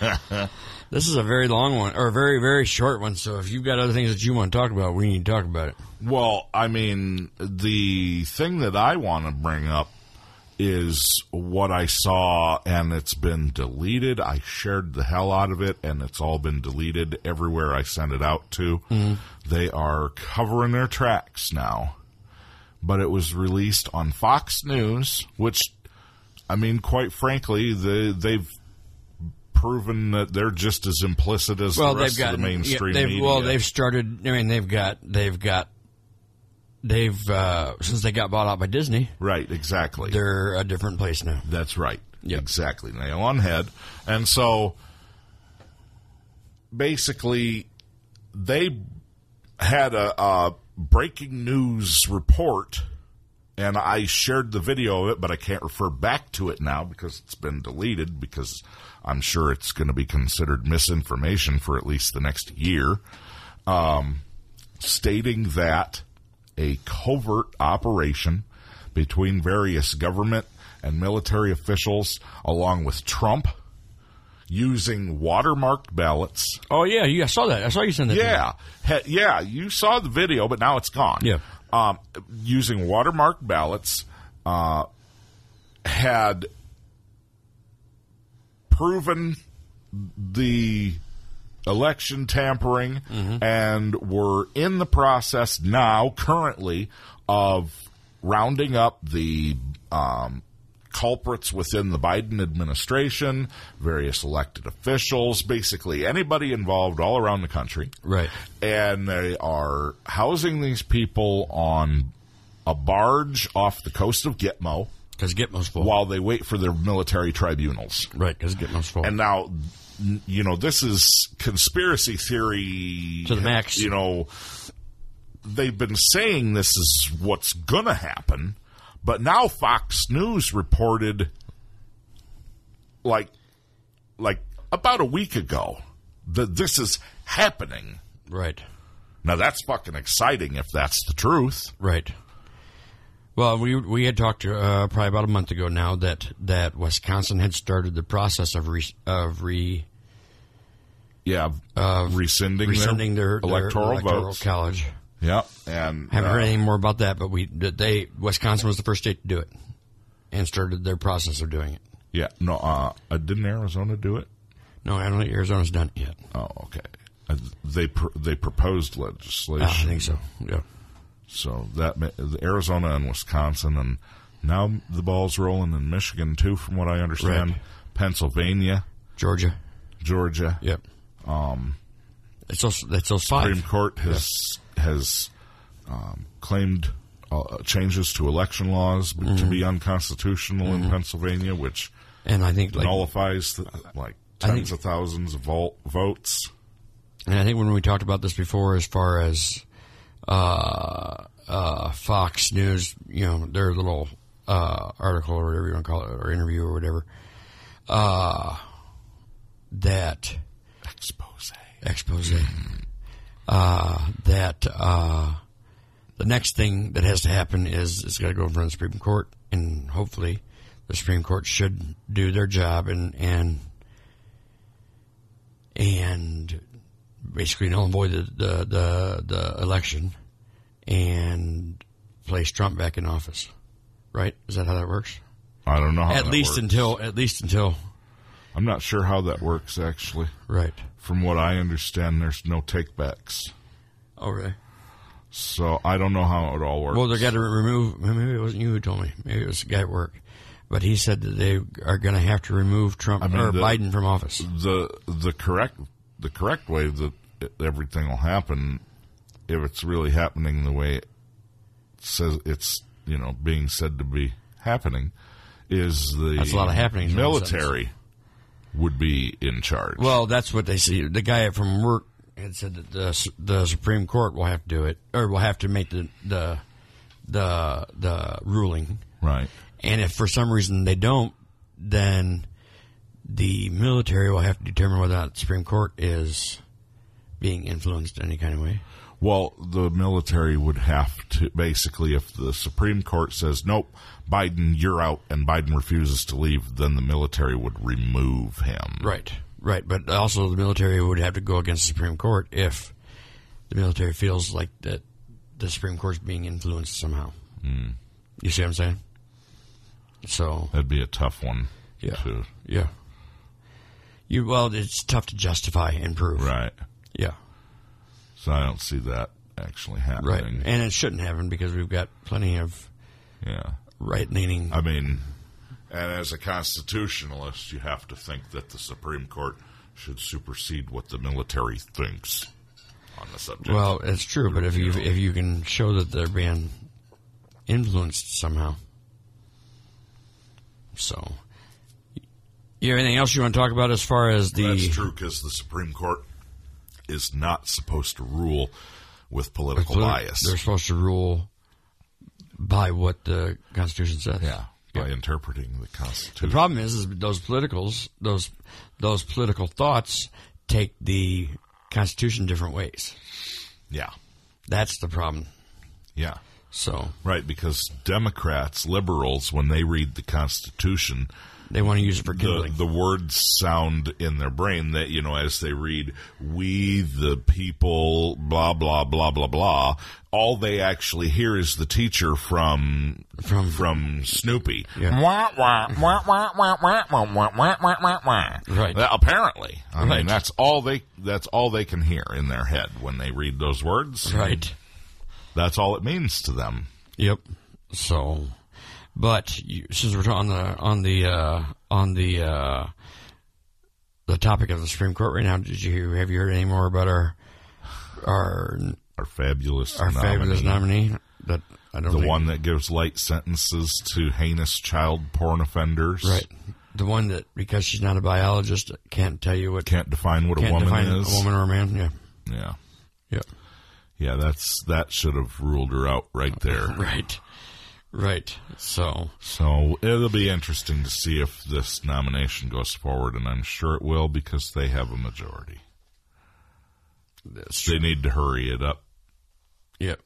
B: Yeah.
C: This is a very long one, or a very, very short one. So if you've got other things that you want to talk about, we need to talk about it.
B: well, I mean, the thing that I want to bring up is what I saw, and it's been deleted. I shared the hell out of it, and it's all been deleted everywhere I sent it out to.
C: Mm-hmm.
B: They are covering their tracks now. But it was released on Fox News, which, I mean, quite frankly, the, they've proven that they're just as implicit as
C: Well,
B: the rest
C: they've got
B: of the mainstream
C: they've,
B: media.
C: Well, they've started. I mean, they've got they've got they've uh, since they got bought out by Disney,
B: Right, exactly.
C: they're a different place now.
B: That's right.
C: Yep.
B: Exactly. Nail on head. And so basically, they had a, a breaking news report, and I shared the video of it, but I can't refer back to it now because it's been deleted because I'm sure it's going to be considered misinformation for at least the next year. Um, stating that a covert operation between various government and military officials, along with Trump, using watermarked ballots.
C: Oh yeah, yeah, I saw that. I saw you send that. to me.
B: Yeah, he- yeah, you saw the video, but now it's gone.
C: Yeah.
B: um, using watermarked ballots uh, had proven the election tampering and we're in the process now currently of rounding up the um, culprits within the biden administration various elected officials basically anybody involved all around the country
C: Right.
B: and they are housing these people on a barge off the coast of gitmo
C: Because Gitmo's full.
B: while they wait for their military tribunals
C: Right. Because Gitmo's full.
B: and now, n- you know, this is conspiracy theory
C: To the max.
B: You know, they've been saying this is what's going to happen, but now Fox News reported like like about a week ago that this is happening.
C: right.
B: Now that's fucking exciting if that's the truth.
C: Right. Well, we we had talked uh, probably about a month ago now that that Wisconsin had started the process of re, of re
B: Yeah, uh, rescinding,
C: rescinding their, their
B: electoral, votes.
C: college.
B: Yep, and
C: Haven't
B: uh,
C: heard anything more about that, but we that they Wisconsin was the first state to do it and started their process of doing it.
B: yeah, no, uh, didn't Arizona do it?
C: No, I don't think Arizona's done it yet.
B: Oh, okay. Uh, They pr- they proposed legislation,
C: Uh, I think so. Yeah.
B: so that ma- Arizona and Wisconsin, and now the ball's rolling in Michigan too, from what I understand.
C: Right.
B: Pennsylvania,
C: Georgia.
B: Georgia,
C: Yep. Um, it's also that's those five.
B: Supreme Court has has um, claimed uh, changes to election laws b- to
C: Mm-hmm.
B: be unconstitutional in Pennsylvania, which
C: and I think Mm-hmm. like
B: nullifies the, like
C: I
B: tens of thousands of vol- votes.
C: And I think when we talked about this before, as far as uh, uh, Fox News, you know, their little uh, article or whatever you want to call it, or interview or whatever, uh, that
B: Expose.
C: expose, uh, that uh, the next thing that has to happen is it's got to go in front of the Supreme Court, and hopefully the Supreme Court should do their job and and and basically null and void the the the, the election and place Trump back in office. Right? Is that how that works?
B: I don't know. How
C: at
B: that
C: least
B: works.
C: until at least until
B: I'm not sure how that works actually.
C: right.
B: From what I understand, there's no takebacks,
C: Oh really?
B: so I don't know how it all works.
C: Well, they got to remove. Maybe it wasn't you who told me. Maybe it was the guy at work, but he said that they are going to have to remove Trump
B: mean,
C: or
B: the-
C: Biden from office.
B: the the correct the correct way that everything will happen, if it's really happening the way it says it's you know being said to be happening, is the
C: That's a lot of happenings in one
B: Military would be in charge.
C: Well, that's what they see. The guy from work had said that the the Supreme Court will have to do it, or will have to make the the the the ruling.
B: right.
C: And if for some reason they don't, then the military will have to determine whether or not the Supreme Court is being influenced in any kind of way.
B: Well, the military would have to basically, if the Supreme Court says, nope, Biden, you're out, and Biden refuses to leave, then the military would remove him.
C: Right, right. But also, the military would have to go against the Supreme Court if the military feels like that the Supreme Court's being influenced somehow. Hmm. You see what I'm saying? So,
B: That'd be a tough one.
C: Yeah.
B: To,
C: yeah. You well, it's tough to justify and prove.
B: right.
C: Yeah.
B: So I don't see that actually
C: Right.
B: happening.
C: And it shouldn't happen because we've got plenty of
B: Yeah.
C: right leaning.
B: I mean, and as a constitutionalist, you have to think that the Supreme Court should supersede what the military thinks on the subject.
C: Well, it's true, but if you if you can show that they're being influenced somehow, so you have anything else you want to talk about as far as the
B: That's true because the Supreme Court is not supposed to rule with political
C: Polit-
B: bias.
C: They're supposed to rule by what the Constitution says.
B: yeah, by interpreting the Constitution.
C: The problem is, is those politicals, those those political thoughts take the Constitution different ways.
B: yeah,
C: That's the problem.
B: yeah,
C: So
B: right. Because Democrats, liberals, when they read the Constitution,
C: they want to use it for
B: the,
C: kindling.
B: the words sound in their brain that you know as they read we the people blah blah blah blah blah all they actually hear is the teacher from from from Snoopy
C: Yeah.
B: wah, wah, wah, wah, wah, wah, wah, wah, wah, wah, wah, wah.
C: Right.
B: That- apparently I mean
C: Right.
B: that's all they that's all they can hear in their head when they read those words
C: right.
B: that's all it means to them
C: Yep. So, but you, since we're on the on the uh, on the uh, the topic of the Supreme Court right now, did you have you heard any more about our our
B: our fabulous
C: our fabulous
B: nominee.
C: nominee that I don't
B: the
C: think-
B: one that gives light sentences to heinous child porn offenders.
C: right the one that because she's not a biologist can't tell you what
B: Can't define what
C: can't
B: a woman
C: define
B: is.
C: a woman or a man yeah
B: Yeah.
C: yeah
B: Yeah, that's that should have ruled her out
C: <laughs>
B: right there.
C: right right so
B: So it'll be interesting to see if this nomination goes forward, and I'm sure it will because they have a majority.
C: that's
B: They need to hurry it up.
C: yep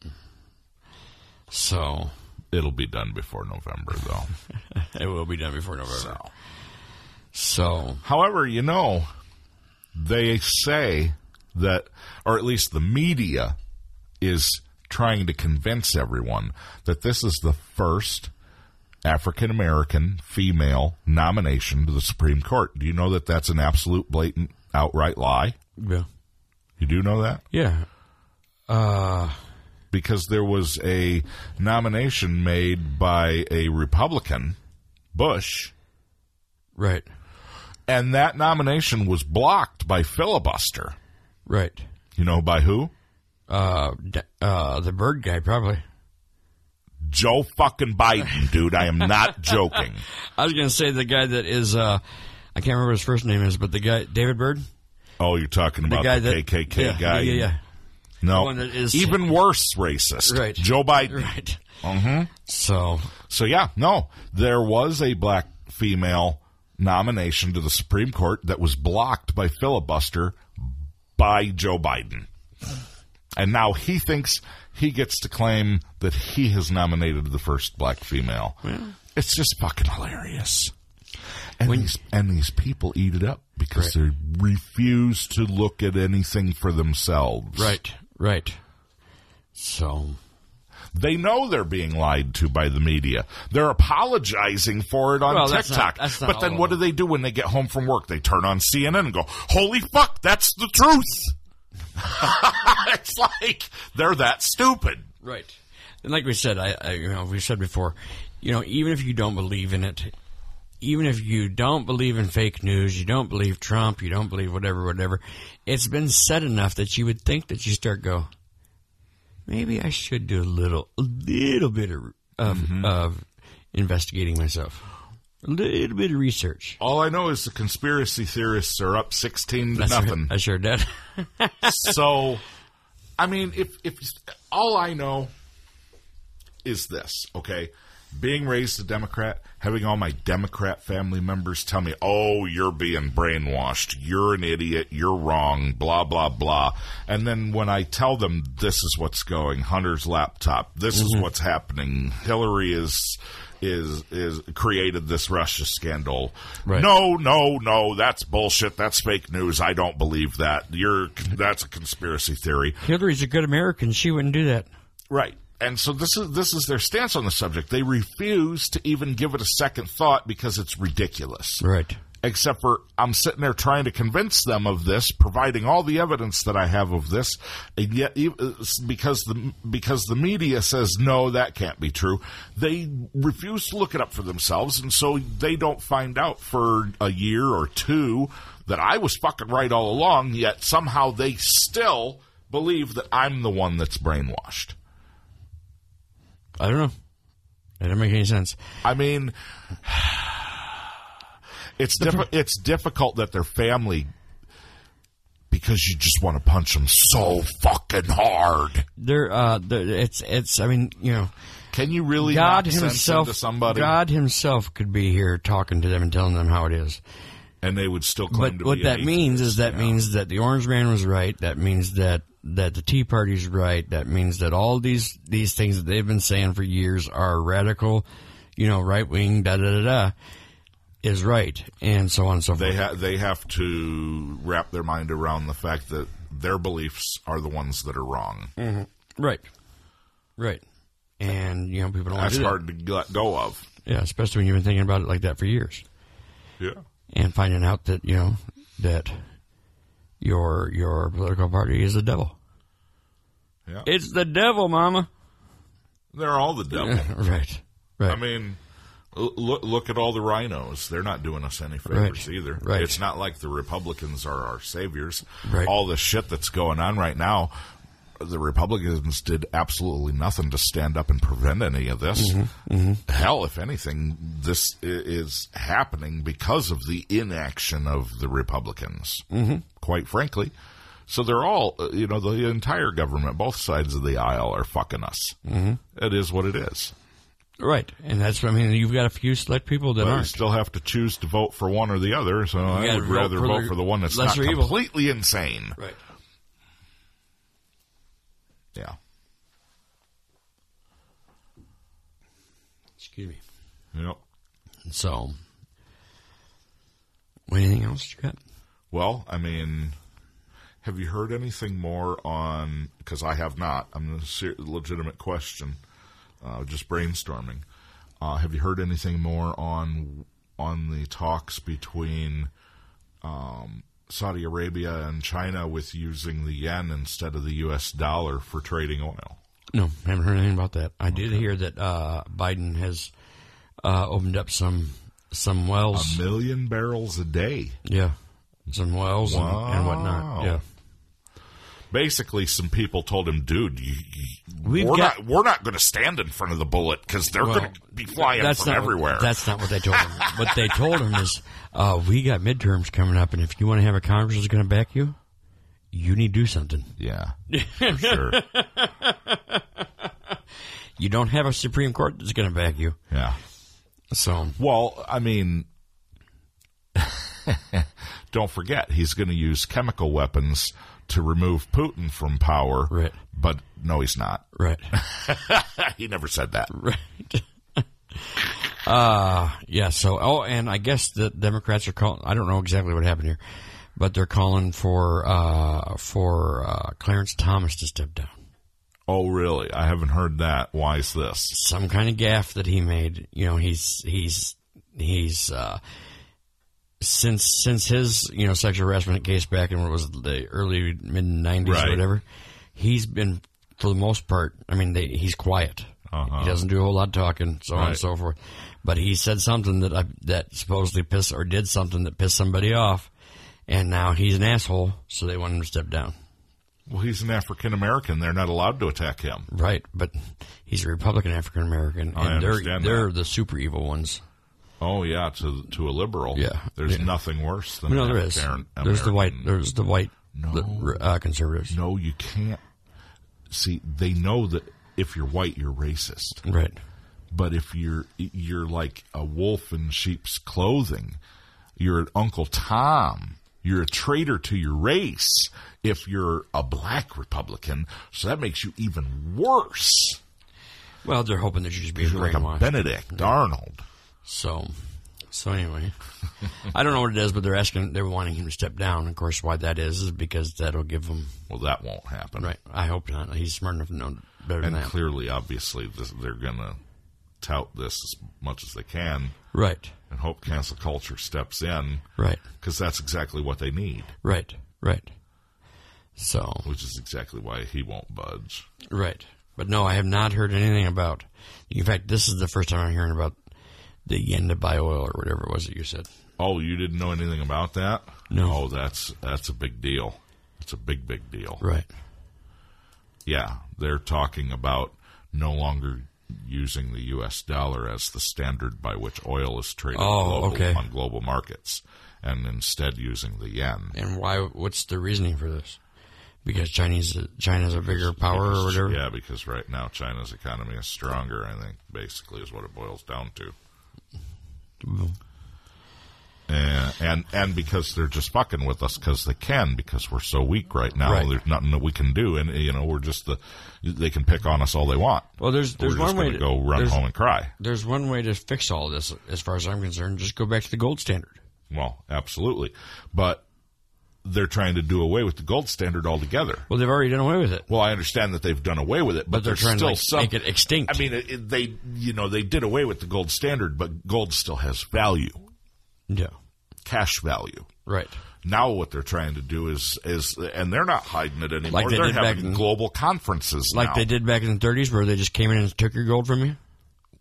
C: so
B: It'll be done before November,
C: <laughs>
B: though.
C: it will be done before November
B: So.
C: so
B: However, you know, they say that, or at least the media is trying to convince everyone that this is the first African American female nomination to the Supreme Court. Do you know that that's an absolute, blatant, outright lie?
C: yeah
B: You do know that?
C: yeah
B: Because there was a nomination made by a Republican, Bush,
C: right
B: and that nomination was blocked by filibuster.
C: right
B: You know by who?
C: uh d- uh the bird guy probably
B: Joe fucking Biden, dude. I am
C: <laughs>
B: not joking.
C: I was gonna say the guy that is uh I can't remember what his first name is but the guy David Bird
B: Oh, you're talking
C: the
B: about
C: guy
B: the,
C: that
B: KKK
C: yeah,
B: guy.
C: yeah yeah
B: No,
C: one that is-
B: even worse racist.
C: Right.
B: Joe Biden.
C: right
B: Mhm.
C: so
B: So yeah, no, there was a black female nomination to the Supreme Court that was blocked by filibuster by Joe Biden. And now he thinks he gets to claim that he has nominated the first black female. It's just fucking hilarious. And these and these people eat it up because they refuse to look at anything for themselves.
C: Right, right. So,
B: They know they're being lied to by the media. They're apologizing for it on
C: Well, that's not-
B: TikTok.
C: that's not
B: but then
C: all
B: what
C: of
B: do they do when they get home from work? They turn on CNN and go, "Holy fuck, that's the truth." <laughs> it's like they're that stupid.
C: right. And like we said, I, I you know, we said before, you know, even if you don't believe in it, even if you don't believe in fake news, you don't believe Trump, you don't believe whatever, whatever, it's been said enough that you would think that you start go, maybe I should do a little, a little bit of, of, of investigating myself, a little bit of research.
B: All I know is the conspiracy theorists are up 16
C: <laughs>
B: to nothing.
C: I sure did.
B: so I mean, if if all I know is this, okay? being raised a Democrat, having all my Democrat family members tell me, oh, you're being brainwashed. You're an idiot. You're wrong. Blah, blah, blah. And then when I tell them this is what's going, Hunter's laptop, this is what's happening. Hillary is. Is is created this Russia scandal?
C: Right.
B: No, no, no. That's bullshit. That's fake news. I don't believe that. You're that's a conspiracy theory.
C: Hillary's a good American. She wouldn't do that.
B: Right. And so this is this is their stance on the subject. They refuse to even give it a second thought because it's ridiculous.
C: Right.
B: Except for I'm sitting there trying to convince them of this, providing all the evidence that I have of this, and yet e- it's because the because the media says no, that can't be true. They refuse to look it up for themselves, and so they don't find out for a year or two that I was fucking right all along. Yet somehow they still believe that I'm the one that's brainwashed.
C: I don't know. That doesn't make any sense.
B: I mean, <sighs> it's diffi- it's difficult that their family because you just want to punch them so fucking hard.
C: There, uh, there, it's, it's. I mean, you know,
B: Can you really
C: God
B: knock sense
C: Himself,
B: into somebody
C: God Himself could be here talking to them and telling them how it is.
B: and they would still claim
C: But
B: to
C: what
B: be an
C: that
B: atheist?
C: means is that means that the Orange Man was right. That means that that the Tea Party's right. That means that all these these things that they've been saying for years are radical, you know, right wing, da da da da, is right, and so on and so forth.
B: they ha- they have to wrap their mind around the fact that their beliefs are the ones that are wrong.
C: Right. Right. And you know, people don't. wanna
B: That's
C: do that.
B: hard to let go of.
C: Yeah, especially when you've been thinking about it like that for years,
B: Yeah.
C: and finding out that you know that your your political party is the devil.
B: Yeah.
C: It's the devil, Mama. <laughs>
B: They're all the devil.
C: right. Right.
B: I mean, l- look look at all the rhinos. They're not doing us any favors
C: Right.
B: either.
C: Right.
B: It's not like the Republicans are our saviors.
C: Right.
B: All the shit that's going on right now, the Republicans did absolutely nothing to stand up and prevent any of this.
C: Mm-hmm.
B: Hell, if anything, this i- is happening because of the inaction of the Republicans. Mm-hmm. Quite frankly. So they're all, uh, you know, the entire government, both sides of the aisle are fucking us. Mm-hmm. is what it is.
C: Right, and that's what I mean. You've got a few select people that
B: Well, you
C: aren't.
B: still have to choose to vote for one or the other, so I
C: gotta
B: would
C: vote
B: rather
C: for
B: vote
C: the
B: for the one that's not
C: lesser evil.
B: completely insane.
C: Right.
B: Yeah.
C: Excuse me.
B: Yep.
C: So, anything else you got?
B: Well, I mean, have you heard anything more on? Because I have not. I'm a ser- legitimate question. Uh, just brainstorming. Uh, have you heard anything more on on the talks between um, Saudi Arabia and China with using the yen instead of the U.S. dollar for trading oil?
C: No, I haven't heard anything about that. I did hear that uh, Biden has uh, opened up some some wells.
B: Million barrels a day.
C: yeah, some wells and- and,
B: Wow.
C: whatnot. Yeah.
B: basically some people told him, "Dude, you, you-
C: We've
B: we're
C: got-
B: not we're not going to stand in front of the bullet because they're
C: Well,
B: going to be flying
C: that's
B: from
C: not what-
B: everywhere."
C: that's not what they told him.
B: <laughs>
C: what they told him is, uh, we got midterms coming up, and if you want to have a Congress that's going to back you, you need to do something. <laughs>
B: yeah, for sure.
C: You don't have a Supreme Court that's going to back you.
B: Yeah.
C: So
B: Well, I mean, <laughs> don't forget he's going to use chemical weapons to remove Putin from power.
C: Right.
B: But no, he's not. <laughs>
C: right, <laughs>
B: he never said that.
C: right. <laughs> uh yeah. So oh, and I guess the Democrats are calling. I don't know exactly what happened here, but they're calling for uh for uh, Clarence Thomas to step down.
B: Oh, really? I haven't heard that. Why is this?
C: some kind of gaff that he made. You know, he's he's he's uh, since since his you know sexual harassment case back in what was it, the early mid nineties
B: Right.
C: or whatever, he's been for the most part. I mean, they, he's quiet.
B: Uh-huh.
C: He doesn't do a whole lot of talking, so on
B: Right.
C: and so forth. But he said something that I, that supposedly pissed or did something that pissed somebody off, and now he's an asshole. So they want him to step down.
B: Well, he's an African American. They're not allowed to attack him.
C: Right, but he's a Republican African American,
B: I
C: and they're
B: understand that.
C: they're the super evil ones.
B: Oh yeah, to to a liberal.
C: Yeah.
B: there's nothing worse than
C: No,
B: an
C: there is.
B: Afghan-
C: There's the
B: American.
C: white. There's the white. the, uh, conservatives.
B: No, you can't. See, they know that if you're white, you're racist.
C: Right.
B: But if you're you're like a wolf in sheep's clothing, you're an Uncle Tom. You're a traitor to your race if you're a black Republican. So that makes you even worse.
C: Well, they're hoping that you're just being
B: You're like a
C: brainwashed.
B: Benedict Arnold.
C: So, so anyway, <laughs> I don't know what it is, but they're asking, they're wanting him to step down. Of course, why that is is because that'll give him.
B: Well, that won't happen.
C: Right. I hope not. He's smart enough to know better than
B: And
C: that.
B: clearly, obviously, this, they're going to tout this as much as they can
C: Right.
B: and hope cancel culture steps in
C: Right.
B: because that's exactly what they need,
C: Right. Right. So,
B: which is exactly why he won't budge.
C: right. But no, I have not heard anything about. In fact, this is the first time I'm hearing about the yen to buy oil or whatever it was that you said.
B: Oh, you didn't know anything about that?
C: No.
B: Oh, that's that's a big deal. It's a big, big deal.
C: Right.
B: Yeah, they're talking about no longer using the U.S. dollar as the standard by which oil is traded
C: Oh,
B: global,
C: okay.
B: on global markets, and instead using the yen.
C: And why? What's the reasoning for this? Because Chinese China's a bigger power or whatever.
B: Yeah, because right now China's economy is stronger. I think basically is what it boils down to.
C: Mm-hmm.
B: And, Eh, and and because they're just fucking with us because they can because we're so weak right now.
C: Right.
B: There's nothing that we can do, and you know we're just the they can pick on us all they want.
C: Well, there's there's
B: we're
C: one
B: just
C: way
B: gonna
C: to
B: go run
C: there's,
B: home and cry.
C: There's one way to fix all this, as far as I'm concerned. Just go back to the gold standard.
B: Well, absolutely, but they're trying to do away with the gold standard altogether.
C: Well, they've already done away with it,
B: Well, I understand that they've done away with it, but,
C: but they're
B: there's
C: trying to
B: still
C: like,
B: some,
C: make it extinct.
B: I mean, it, it- they you know they did away with the gold standard, but gold still has value,
C: yeah,
B: cash value.
C: right.
B: Now what they're trying to do is is and they're not hiding it anymore.
C: Like they
B: are
C: did back
B: having
C: in-
B: global conferences
C: Like
B: now.
C: they did back in the 30s, where they just came in and took your gold from you.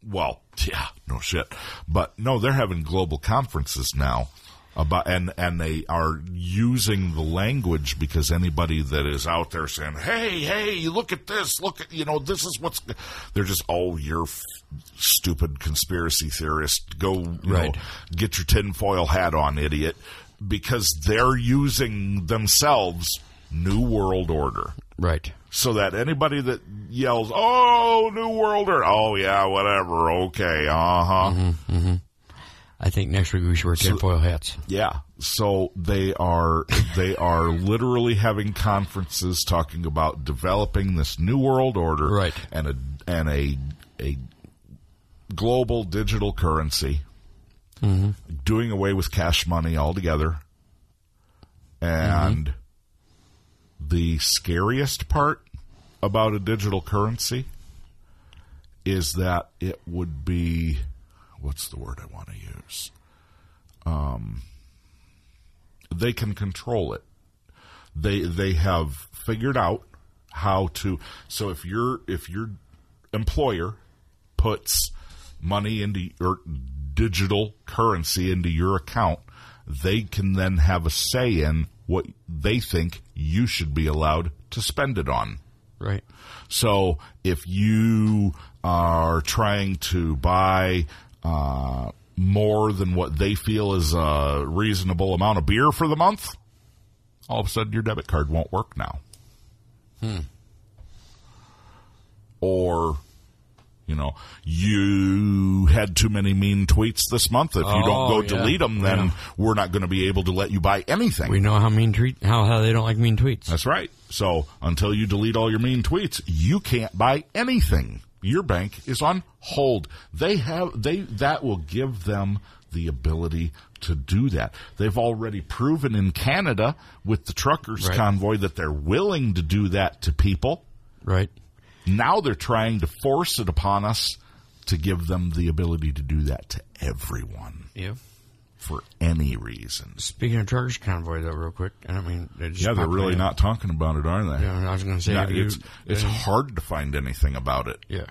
B: Well, yeah, no shit. But no, they're having global conferences now about and and they are using the language because anybody that is out there saying, "Hey, hey, look at this. Look at, you know, this is what's g-" they're just oh, you're f- stupid conspiracy theorist. Go, you
C: Right.
B: know, get your tinfoil hat on, idiot." Because they're using themselves new world order
C: Right.
B: so that anybody that yells, "Oh, New World," or "Oh yeah, whatever," okay, uh huh,
C: I think next week we should wear tinfoil hats.
B: yeah. So they are they are literally having conferences talking about developing this new world order,
C: Right.
B: And a and a a global digital currency, doing away with cash money altogether, and the scariest part about a digital currency is that it would be what's the word I want to use? Um, they can control it. They they have figured out how to. So if your if your employer puts money into or digital currency into your account, they can then have a say in what they think you should be allowed to spend it on.
C: Right.
B: So if you are trying to buy uh, more than what they feel is a reasonable amount of beer for the month, all of a sudden your debit card won't work now. Hmm. Or, you know, you had too many mean tweets this month. If you don't
C: Oh,
B: go
C: yeah.
B: delete them, then we're not going to be able to let you buy anything.
C: We know how mean tweet how how they don't like mean tweets.
B: That's right. So until you delete all your mean tweets, you can't buy anything. Your bank is on hold. They have they that will give them the ability to do that. They've already proven in Canada with the truckers
C: Right.
B: convoy that they're willing to do that to people.
C: Right.
B: Now they're trying to force it upon us to give them the ability to do that to everyone
C: Yeah.
B: for any reason.
C: Speaking of truckers convoy, though, real quick. I don't mean they just
B: Yeah, they're
C: popped
B: really
C: in.
B: not talking about it, are they?
C: Yeah, I was going to say
B: Yeah,
C: if you-
B: it's it's hard to find anything about it.
C: yeah.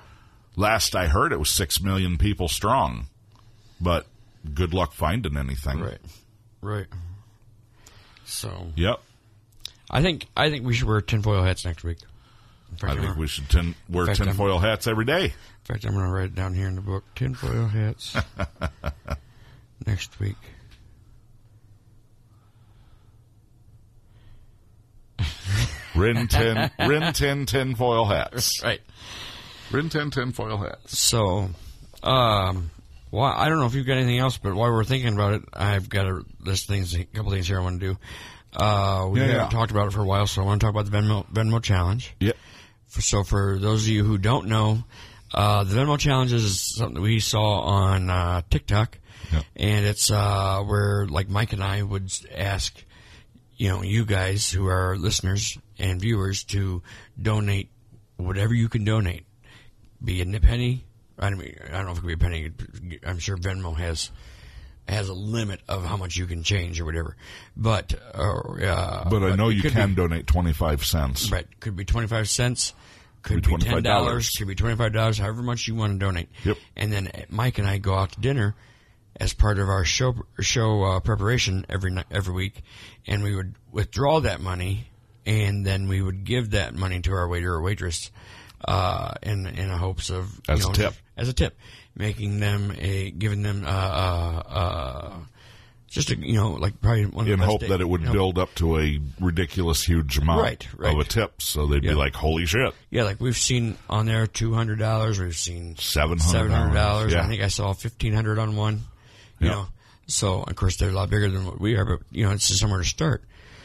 B: Last I heard, it was six million people strong, but good luck finding anything.
C: Right. Right. So
B: Yep.
C: I think I think we should wear tinfoil hats next week. In fact,
B: I
C: I'm
B: think
C: gonna-
B: we should tin, wear
C: fact, I'm-
B: tinfoil hats every day.
C: in fact, I'm going to write it down here in the book: tinfoil
B: <laughs>
C: hats next week. <laughs>
B: Rin tin, rin tin tinfoil hats.
C: Right.
B: Rin tin tinfoil hats.
C: So Um, well, I don't know if you've got anything else, but while we're thinking about it, I've got a this things a couple things here I want to do. Uh, we
B: Yeah,
C: haven't
B: yeah.
C: talked about it for a while, so I want to talk about the Venmo Venmo challenge.
B: Yeah.
C: For, so for those of you who don't know, uh, the Venmo challenge is something that we saw on uh, TikTok,
B: Yeah.
C: and it's uh, where like Mike and I would ask, you know, you guys who are listeners and viewers to donate whatever you can donate, be it a penny. I mean, I don't know if it could be a penny. I'm sure Venmo has has a limit of how much you can change or whatever, but or, uh,
B: But I know
C: it
B: you
C: could
B: can
C: be-
B: donate 25 cents.
C: Right. Could be 25 cents.
B: Could
C: Could
B: be
C: be ten dollars.
B: $25.
C: Could be twenty five dollars. However much you want to donate.
B: Yep.
C: And then eh, Mike and I go out to dinner as part of our show show uh, preparation every ni- every week, and we would withdraw that money, and then we would give that money to our waiter or waitress, uh, in in the hopes of you
B: As a
C: know,
B: tip.
C: as a tip, making them a giving them uh uh. uh just a, you know, like probably one of the
B: In
C: best
B: hope
C: day-
B: that it would
C: you know,
B: build up to a ridiculous huge amount
C: Right, right.
B: of a tip. So they'd
C: Yeah.
B: be like, holy shit.
C: Yeah, like we've seen on there two hundred dollars. We've seen
B: $700.
C: seven hundred dollars.
B: Yeah.
C: I think I saw fifteen hundred on one. You
B: Yeah.
C: know, so of course they're a lot bigger than what we are, but you know it's just somewhere to start.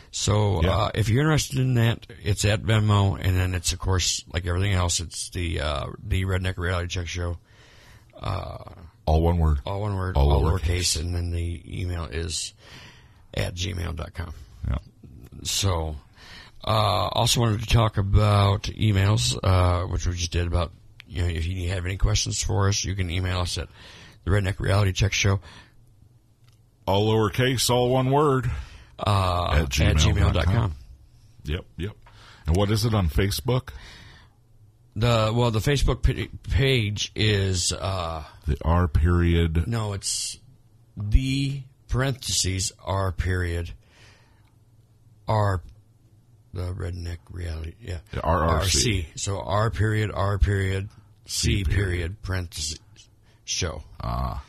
C: So
B: Yeah.
C: uh, if you're interested in that, it's at Venmo, and then it's of course like everything else, it's the uh, the Redneck Reality Check Show,
B: All one word.
C: all one word,
B: All
C: all,
B: lowercase.
C: lowercase, and then the email is at gmail.com.
B: Yeah.
C: So, uh, also wanted to talk about emails, uh, which we just did about, you know, if you have any questions for us, you can email us at the Redneck Reality Check Show
B: All lowercase, all one word.
C: uh,
B: At
C: at,
B: gmail
C: gmail.com.
B: dot com. Yep, yep. And what is it on Facebook?
C: The, well, the Facebook p- page is, uh,
B: The R period.
C: no, it's the parentheses R period R, the Redneck Reality, yeah.
B: The RRC.
C: RC. So R period, R period, C, period, parentheses, show. Ah.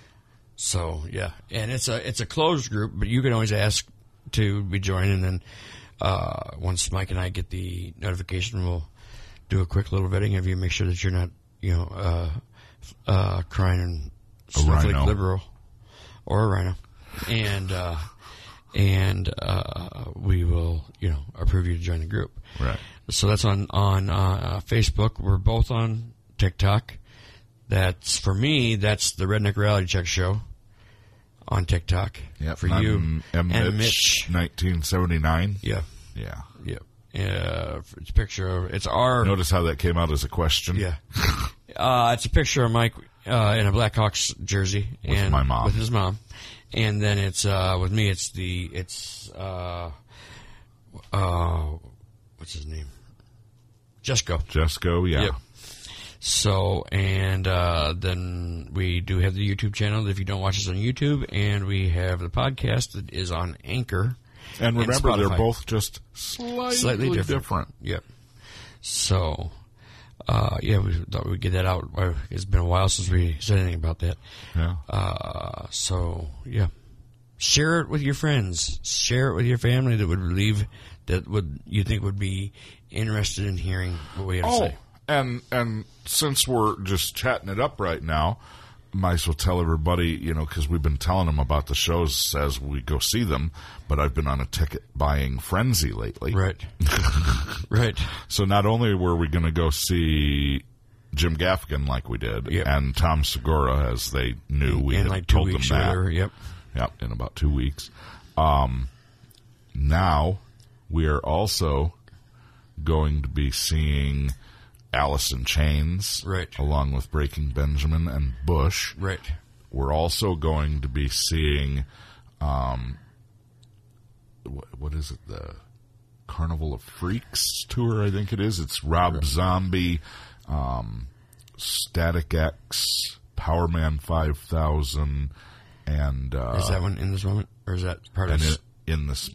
C: So yeah, and it's a it's a closed group, but you can always ask to be joined, and then uh, once Mike and I get the notification, we'll do a quick little vetting of you, make sure that you're not you know uh, uh, crying and snowflake
B: rhino.
C: liberal or a rhino, and uh, and uh, we will you know approve you to join the group.
B: Right.
C: So that's on on uh, Facebook. We're both on TikTok. That's for me. That's the Redneck Reality Check Show on TikTok.
B: Yep.
C: for
B: and
C: you
B: I'm M.
C: and
B: Mitch,
C: Mitch.
B: 1979.
C: Yeah,
B: Yeah.
C: yeah. Uh, it's a picture of it's our
B: Notice how that came out as a question.
C: yeah. <laughs> uh, it's a picture of Mike uh, in a Blackhawks jersey with and
B: my mom.
C: with his mom, and then it's uh, with me. It's the it's uh, uh, what's his name? Jesco.
B: Just go, yeah.
C: Yep. So, and uh, then we do have the YouTube channel if you don't watch us on YouTube, and we have the podcast that is on Anchor.
B: And remember, they're
C: Spotify.
B: both just slightly,
C: Slightly
B: different.
C: different. Yep. So, uh, yeah, we thought we'd get that out. Uh, It's been a while since we said anything about that.
B: Yeah.
C: Uh, so, yeah. Share it with your friends. Share it with your family that would leave, that would you think would be interested in hearing what we have to
B: oh,
C: say.
B: and and since we're just chatting it up right now, might as well tell everybody, you know, because we've been telling them about the shows as we go see them. But I've been on a ticket buying frenzy lately.
C: Right.
B: <laughs>
C: right.
B: So not only were we going to go see Jim Gaffigan like we did,
C: Yep.
B: and Tom Segura as they knew we
C: in
B: had
C: like two
B: told
C: weeks or
B: them that,
C: whatever. Yep.
B: Yep, in about two weeks. Um, now we are also going to be seeing Alice in Chains,
C: Right.
B: along with Breaking Benjamin and Bush.
C: Right.
B: We're also going to be seeing, um, what, what is it? The Carnival of Freaks tour, I think it is. It's Rob Zombie, um, Static X, Power Man Five Thousand, and uh,
C: Is that one in this moment, or is that part of
B: and
C: is
B: it, in this.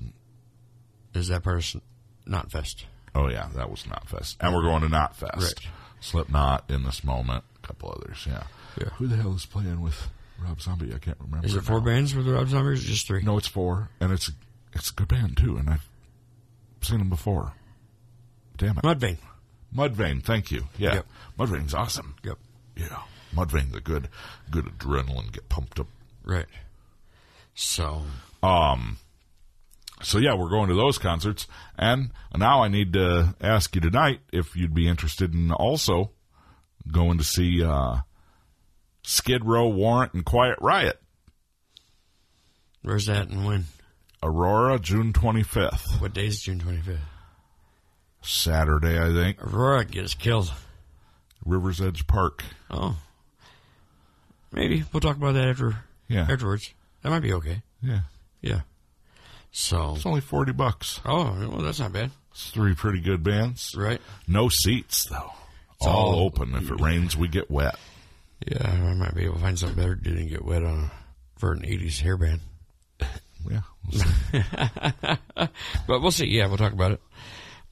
C: that part of not fest?
B: Oh yeah, that was Knot Fest, and we're going to Knot Fest.
C: Right.
B: Slipknot in this moment, a couple others. Yeah.
C: Yeah.
B: Who the hell is playing with Rob Zombie? I can't remember.
C: Is it four
B: now.
C: bands with the Rob Zombie, or is it just three?
B: No, it's four, and it's it's a good band too, and I've seen them before. Damn it,
C: Mudvayne.
B: Mudvayne. Thank you. Yeah,
C: Yep.
B: Mudvayne's awesome.
C: Yep.
B: Yeah, Mud veins are good. Good adrenaline, get pumped up.
C: Right. So
B: So yeah, we're going to those concerts. And now I need to ask you tonight if you'd be interested in also going to see uh, Skid Row, Warrant, and Quiet Riot,
C: where's that and when?
B: Aurora, June twenty fifth,
C: What day is June 25th?
B: Saturday, I think,
C: Aurora gets killed.
B: Rivers Edge Park.
C: Oh. Maybe. We'll talk about that after
B: Yeah.
C: afterwards. That might be okay.
B: Yeah,
C: Yeah. So
B: it's only forty bucks.
C: Oh, well that's not bad.
B: It's three pretty good bands.
C: Right.
B: No seats though. all,
C: all-
B: open. If it rains, we get wet.
C: Yeah, I might be able to find something better that didn't get wet on for an eighties hairband.
B: Yeah.
C: But we'll see. Yeah, we'll talk about it.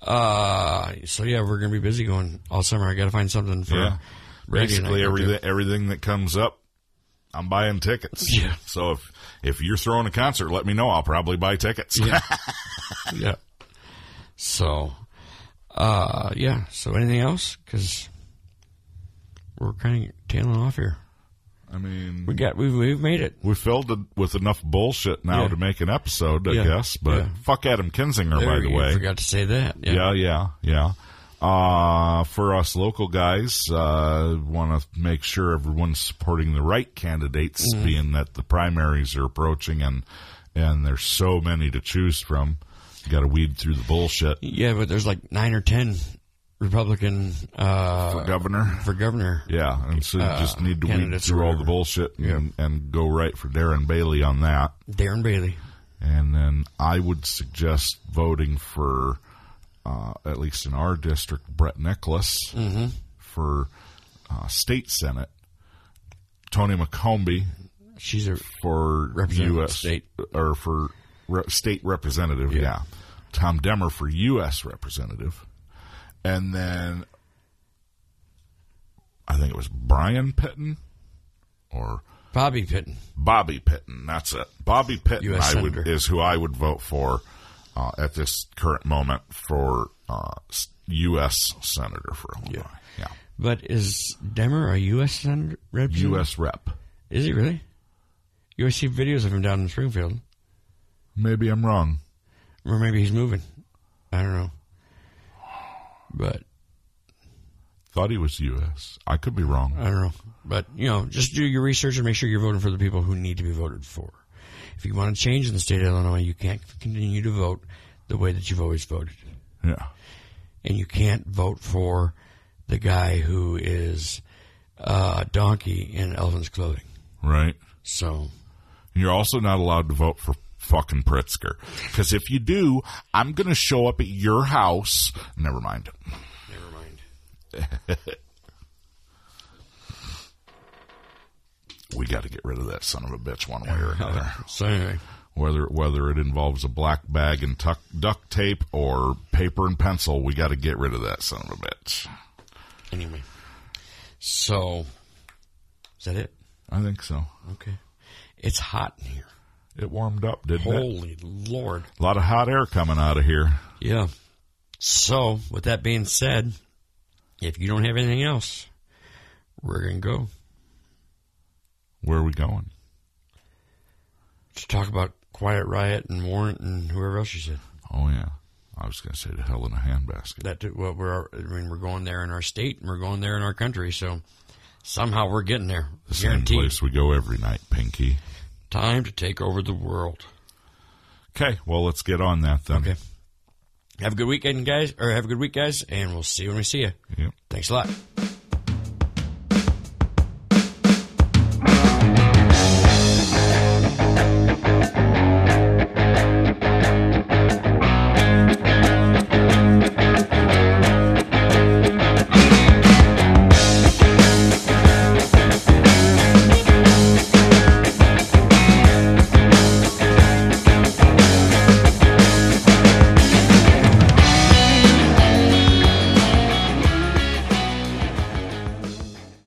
C: Uh so yeah, we're gonna be busy going all summer. I gotta find something for
B: Yeah.
C: Brady and I
B: Basically
C: to go to.
B: everything everything that comes up, I'm buying tickets.
C: Yeah.
B: So if if you're throwing a concert, let me know. I'll probably buy tickets.
C: Yeah. yeah. So, uh, yeah. So anything else? Because we're kind of tailing off here.
B: <laughs> I mean,
C: We got we've we've made it.
B: we filled it with enough bullshit now
C: Yeah.
B: to make an episode, I
C: Yeah.
B: guess. But
C: Yeah.
B: fuck Adam Kinzinger, by
C: There,
B: the
C: you
B: way.
C: forgot to say that. Yeah.
B: Yeah, yeah, yeah. Uh, for us local guys, uh, want to make sure everyone's supporting the right candidates, being that the primaries are approaching and and there's so many to choose from. You got to weed through the bullshit.
C: Yeah, but there's like nine or ten Republican uh, for,
B: Governor.
C: governor.
B: Yeah, and so you just need to weed
C: candidates
B: through
C: or
B: all the
C: whatever.
B: bullshit and, and go right for Darren Bailey on that.
C: Darren Bailey.
B: And then I would suggest voting for, uh, at least in our district, Brett Nicholas
C: Mm-hmm.
B: for uh, state senate, Tony McCombie
C: She's a
B: for
C: Representative
B: U.S.
C: state.
B: or for re- state representative. Yeah. Tom Demmer for U.S. representative, and then I think it was Brian Pitton or
C: Bobby Pitton.
B: Bobby Pitton. That's it. Bobby Pitton
C: US
B: I would,
C: Senator.
B: is who I would vote for uh, at this current moment for uh, s- U.S. Senator for Illinois. Yeah.
C: But is Demmer a U.S. senator? representative?
B: U.S. Rep.
C: Is he really? You always see videos of him down in Springfield,
B: Maybe I'm wrong.
C: or maybe he's moving. I don't know. But
B: Thought he was U.S. I could be wrong.
C: I don't know. But, you know, just do your research and make sure you're voting for the people who need to be voted for. If you want to change in the state of Illinois, you can't continue to vote the way that you've always voted.
B: Yeah.
C: And you can't vote for the guy who is uh, a donkey in elephant's clothing.
B: Right.
C: So,
B: You're also not allowed to vote for fucking Pritzker because if you do, I'm going to show up at your house. Never mind.
C: never mind.
B: <laughs> We got to get rid of that son of a bitch one
C: <laughs>
B: way or another.
C: So, anyway,
B: whether whether it involves a black bag and tuck, duct tape or paper and pencil, we got to get rid of that son of a bitch.
C: anyway. So, is that it?
B: I think so.
C: Okay. It's hot in here.
B: It warmed up, didn't it?
C: Holy Lord.
B: A lot of hot air coming out of here.
C: Yeah. So, with that being said, if you don't have anything else, we're going to go
B: Where are we going?
C: to talk about Quiet Riot and Warrant and whoever else you said.
B: Oh yeah, I was going to say to hell in a handbasket.
C: That too, well, we're I mean we're going there in our state and we're going there in our country, so somehow we're getting there.
B: The same
C: Guaranteed.
B: place we go every night, Pinky.
C: Time to take over the world.
B: Okay, well let's get on that then.
C: Okay. Have a good weekend, guys, or have a good week, guys, and we'll see you when we see you.
B: Yep.
C: Thanks a lot.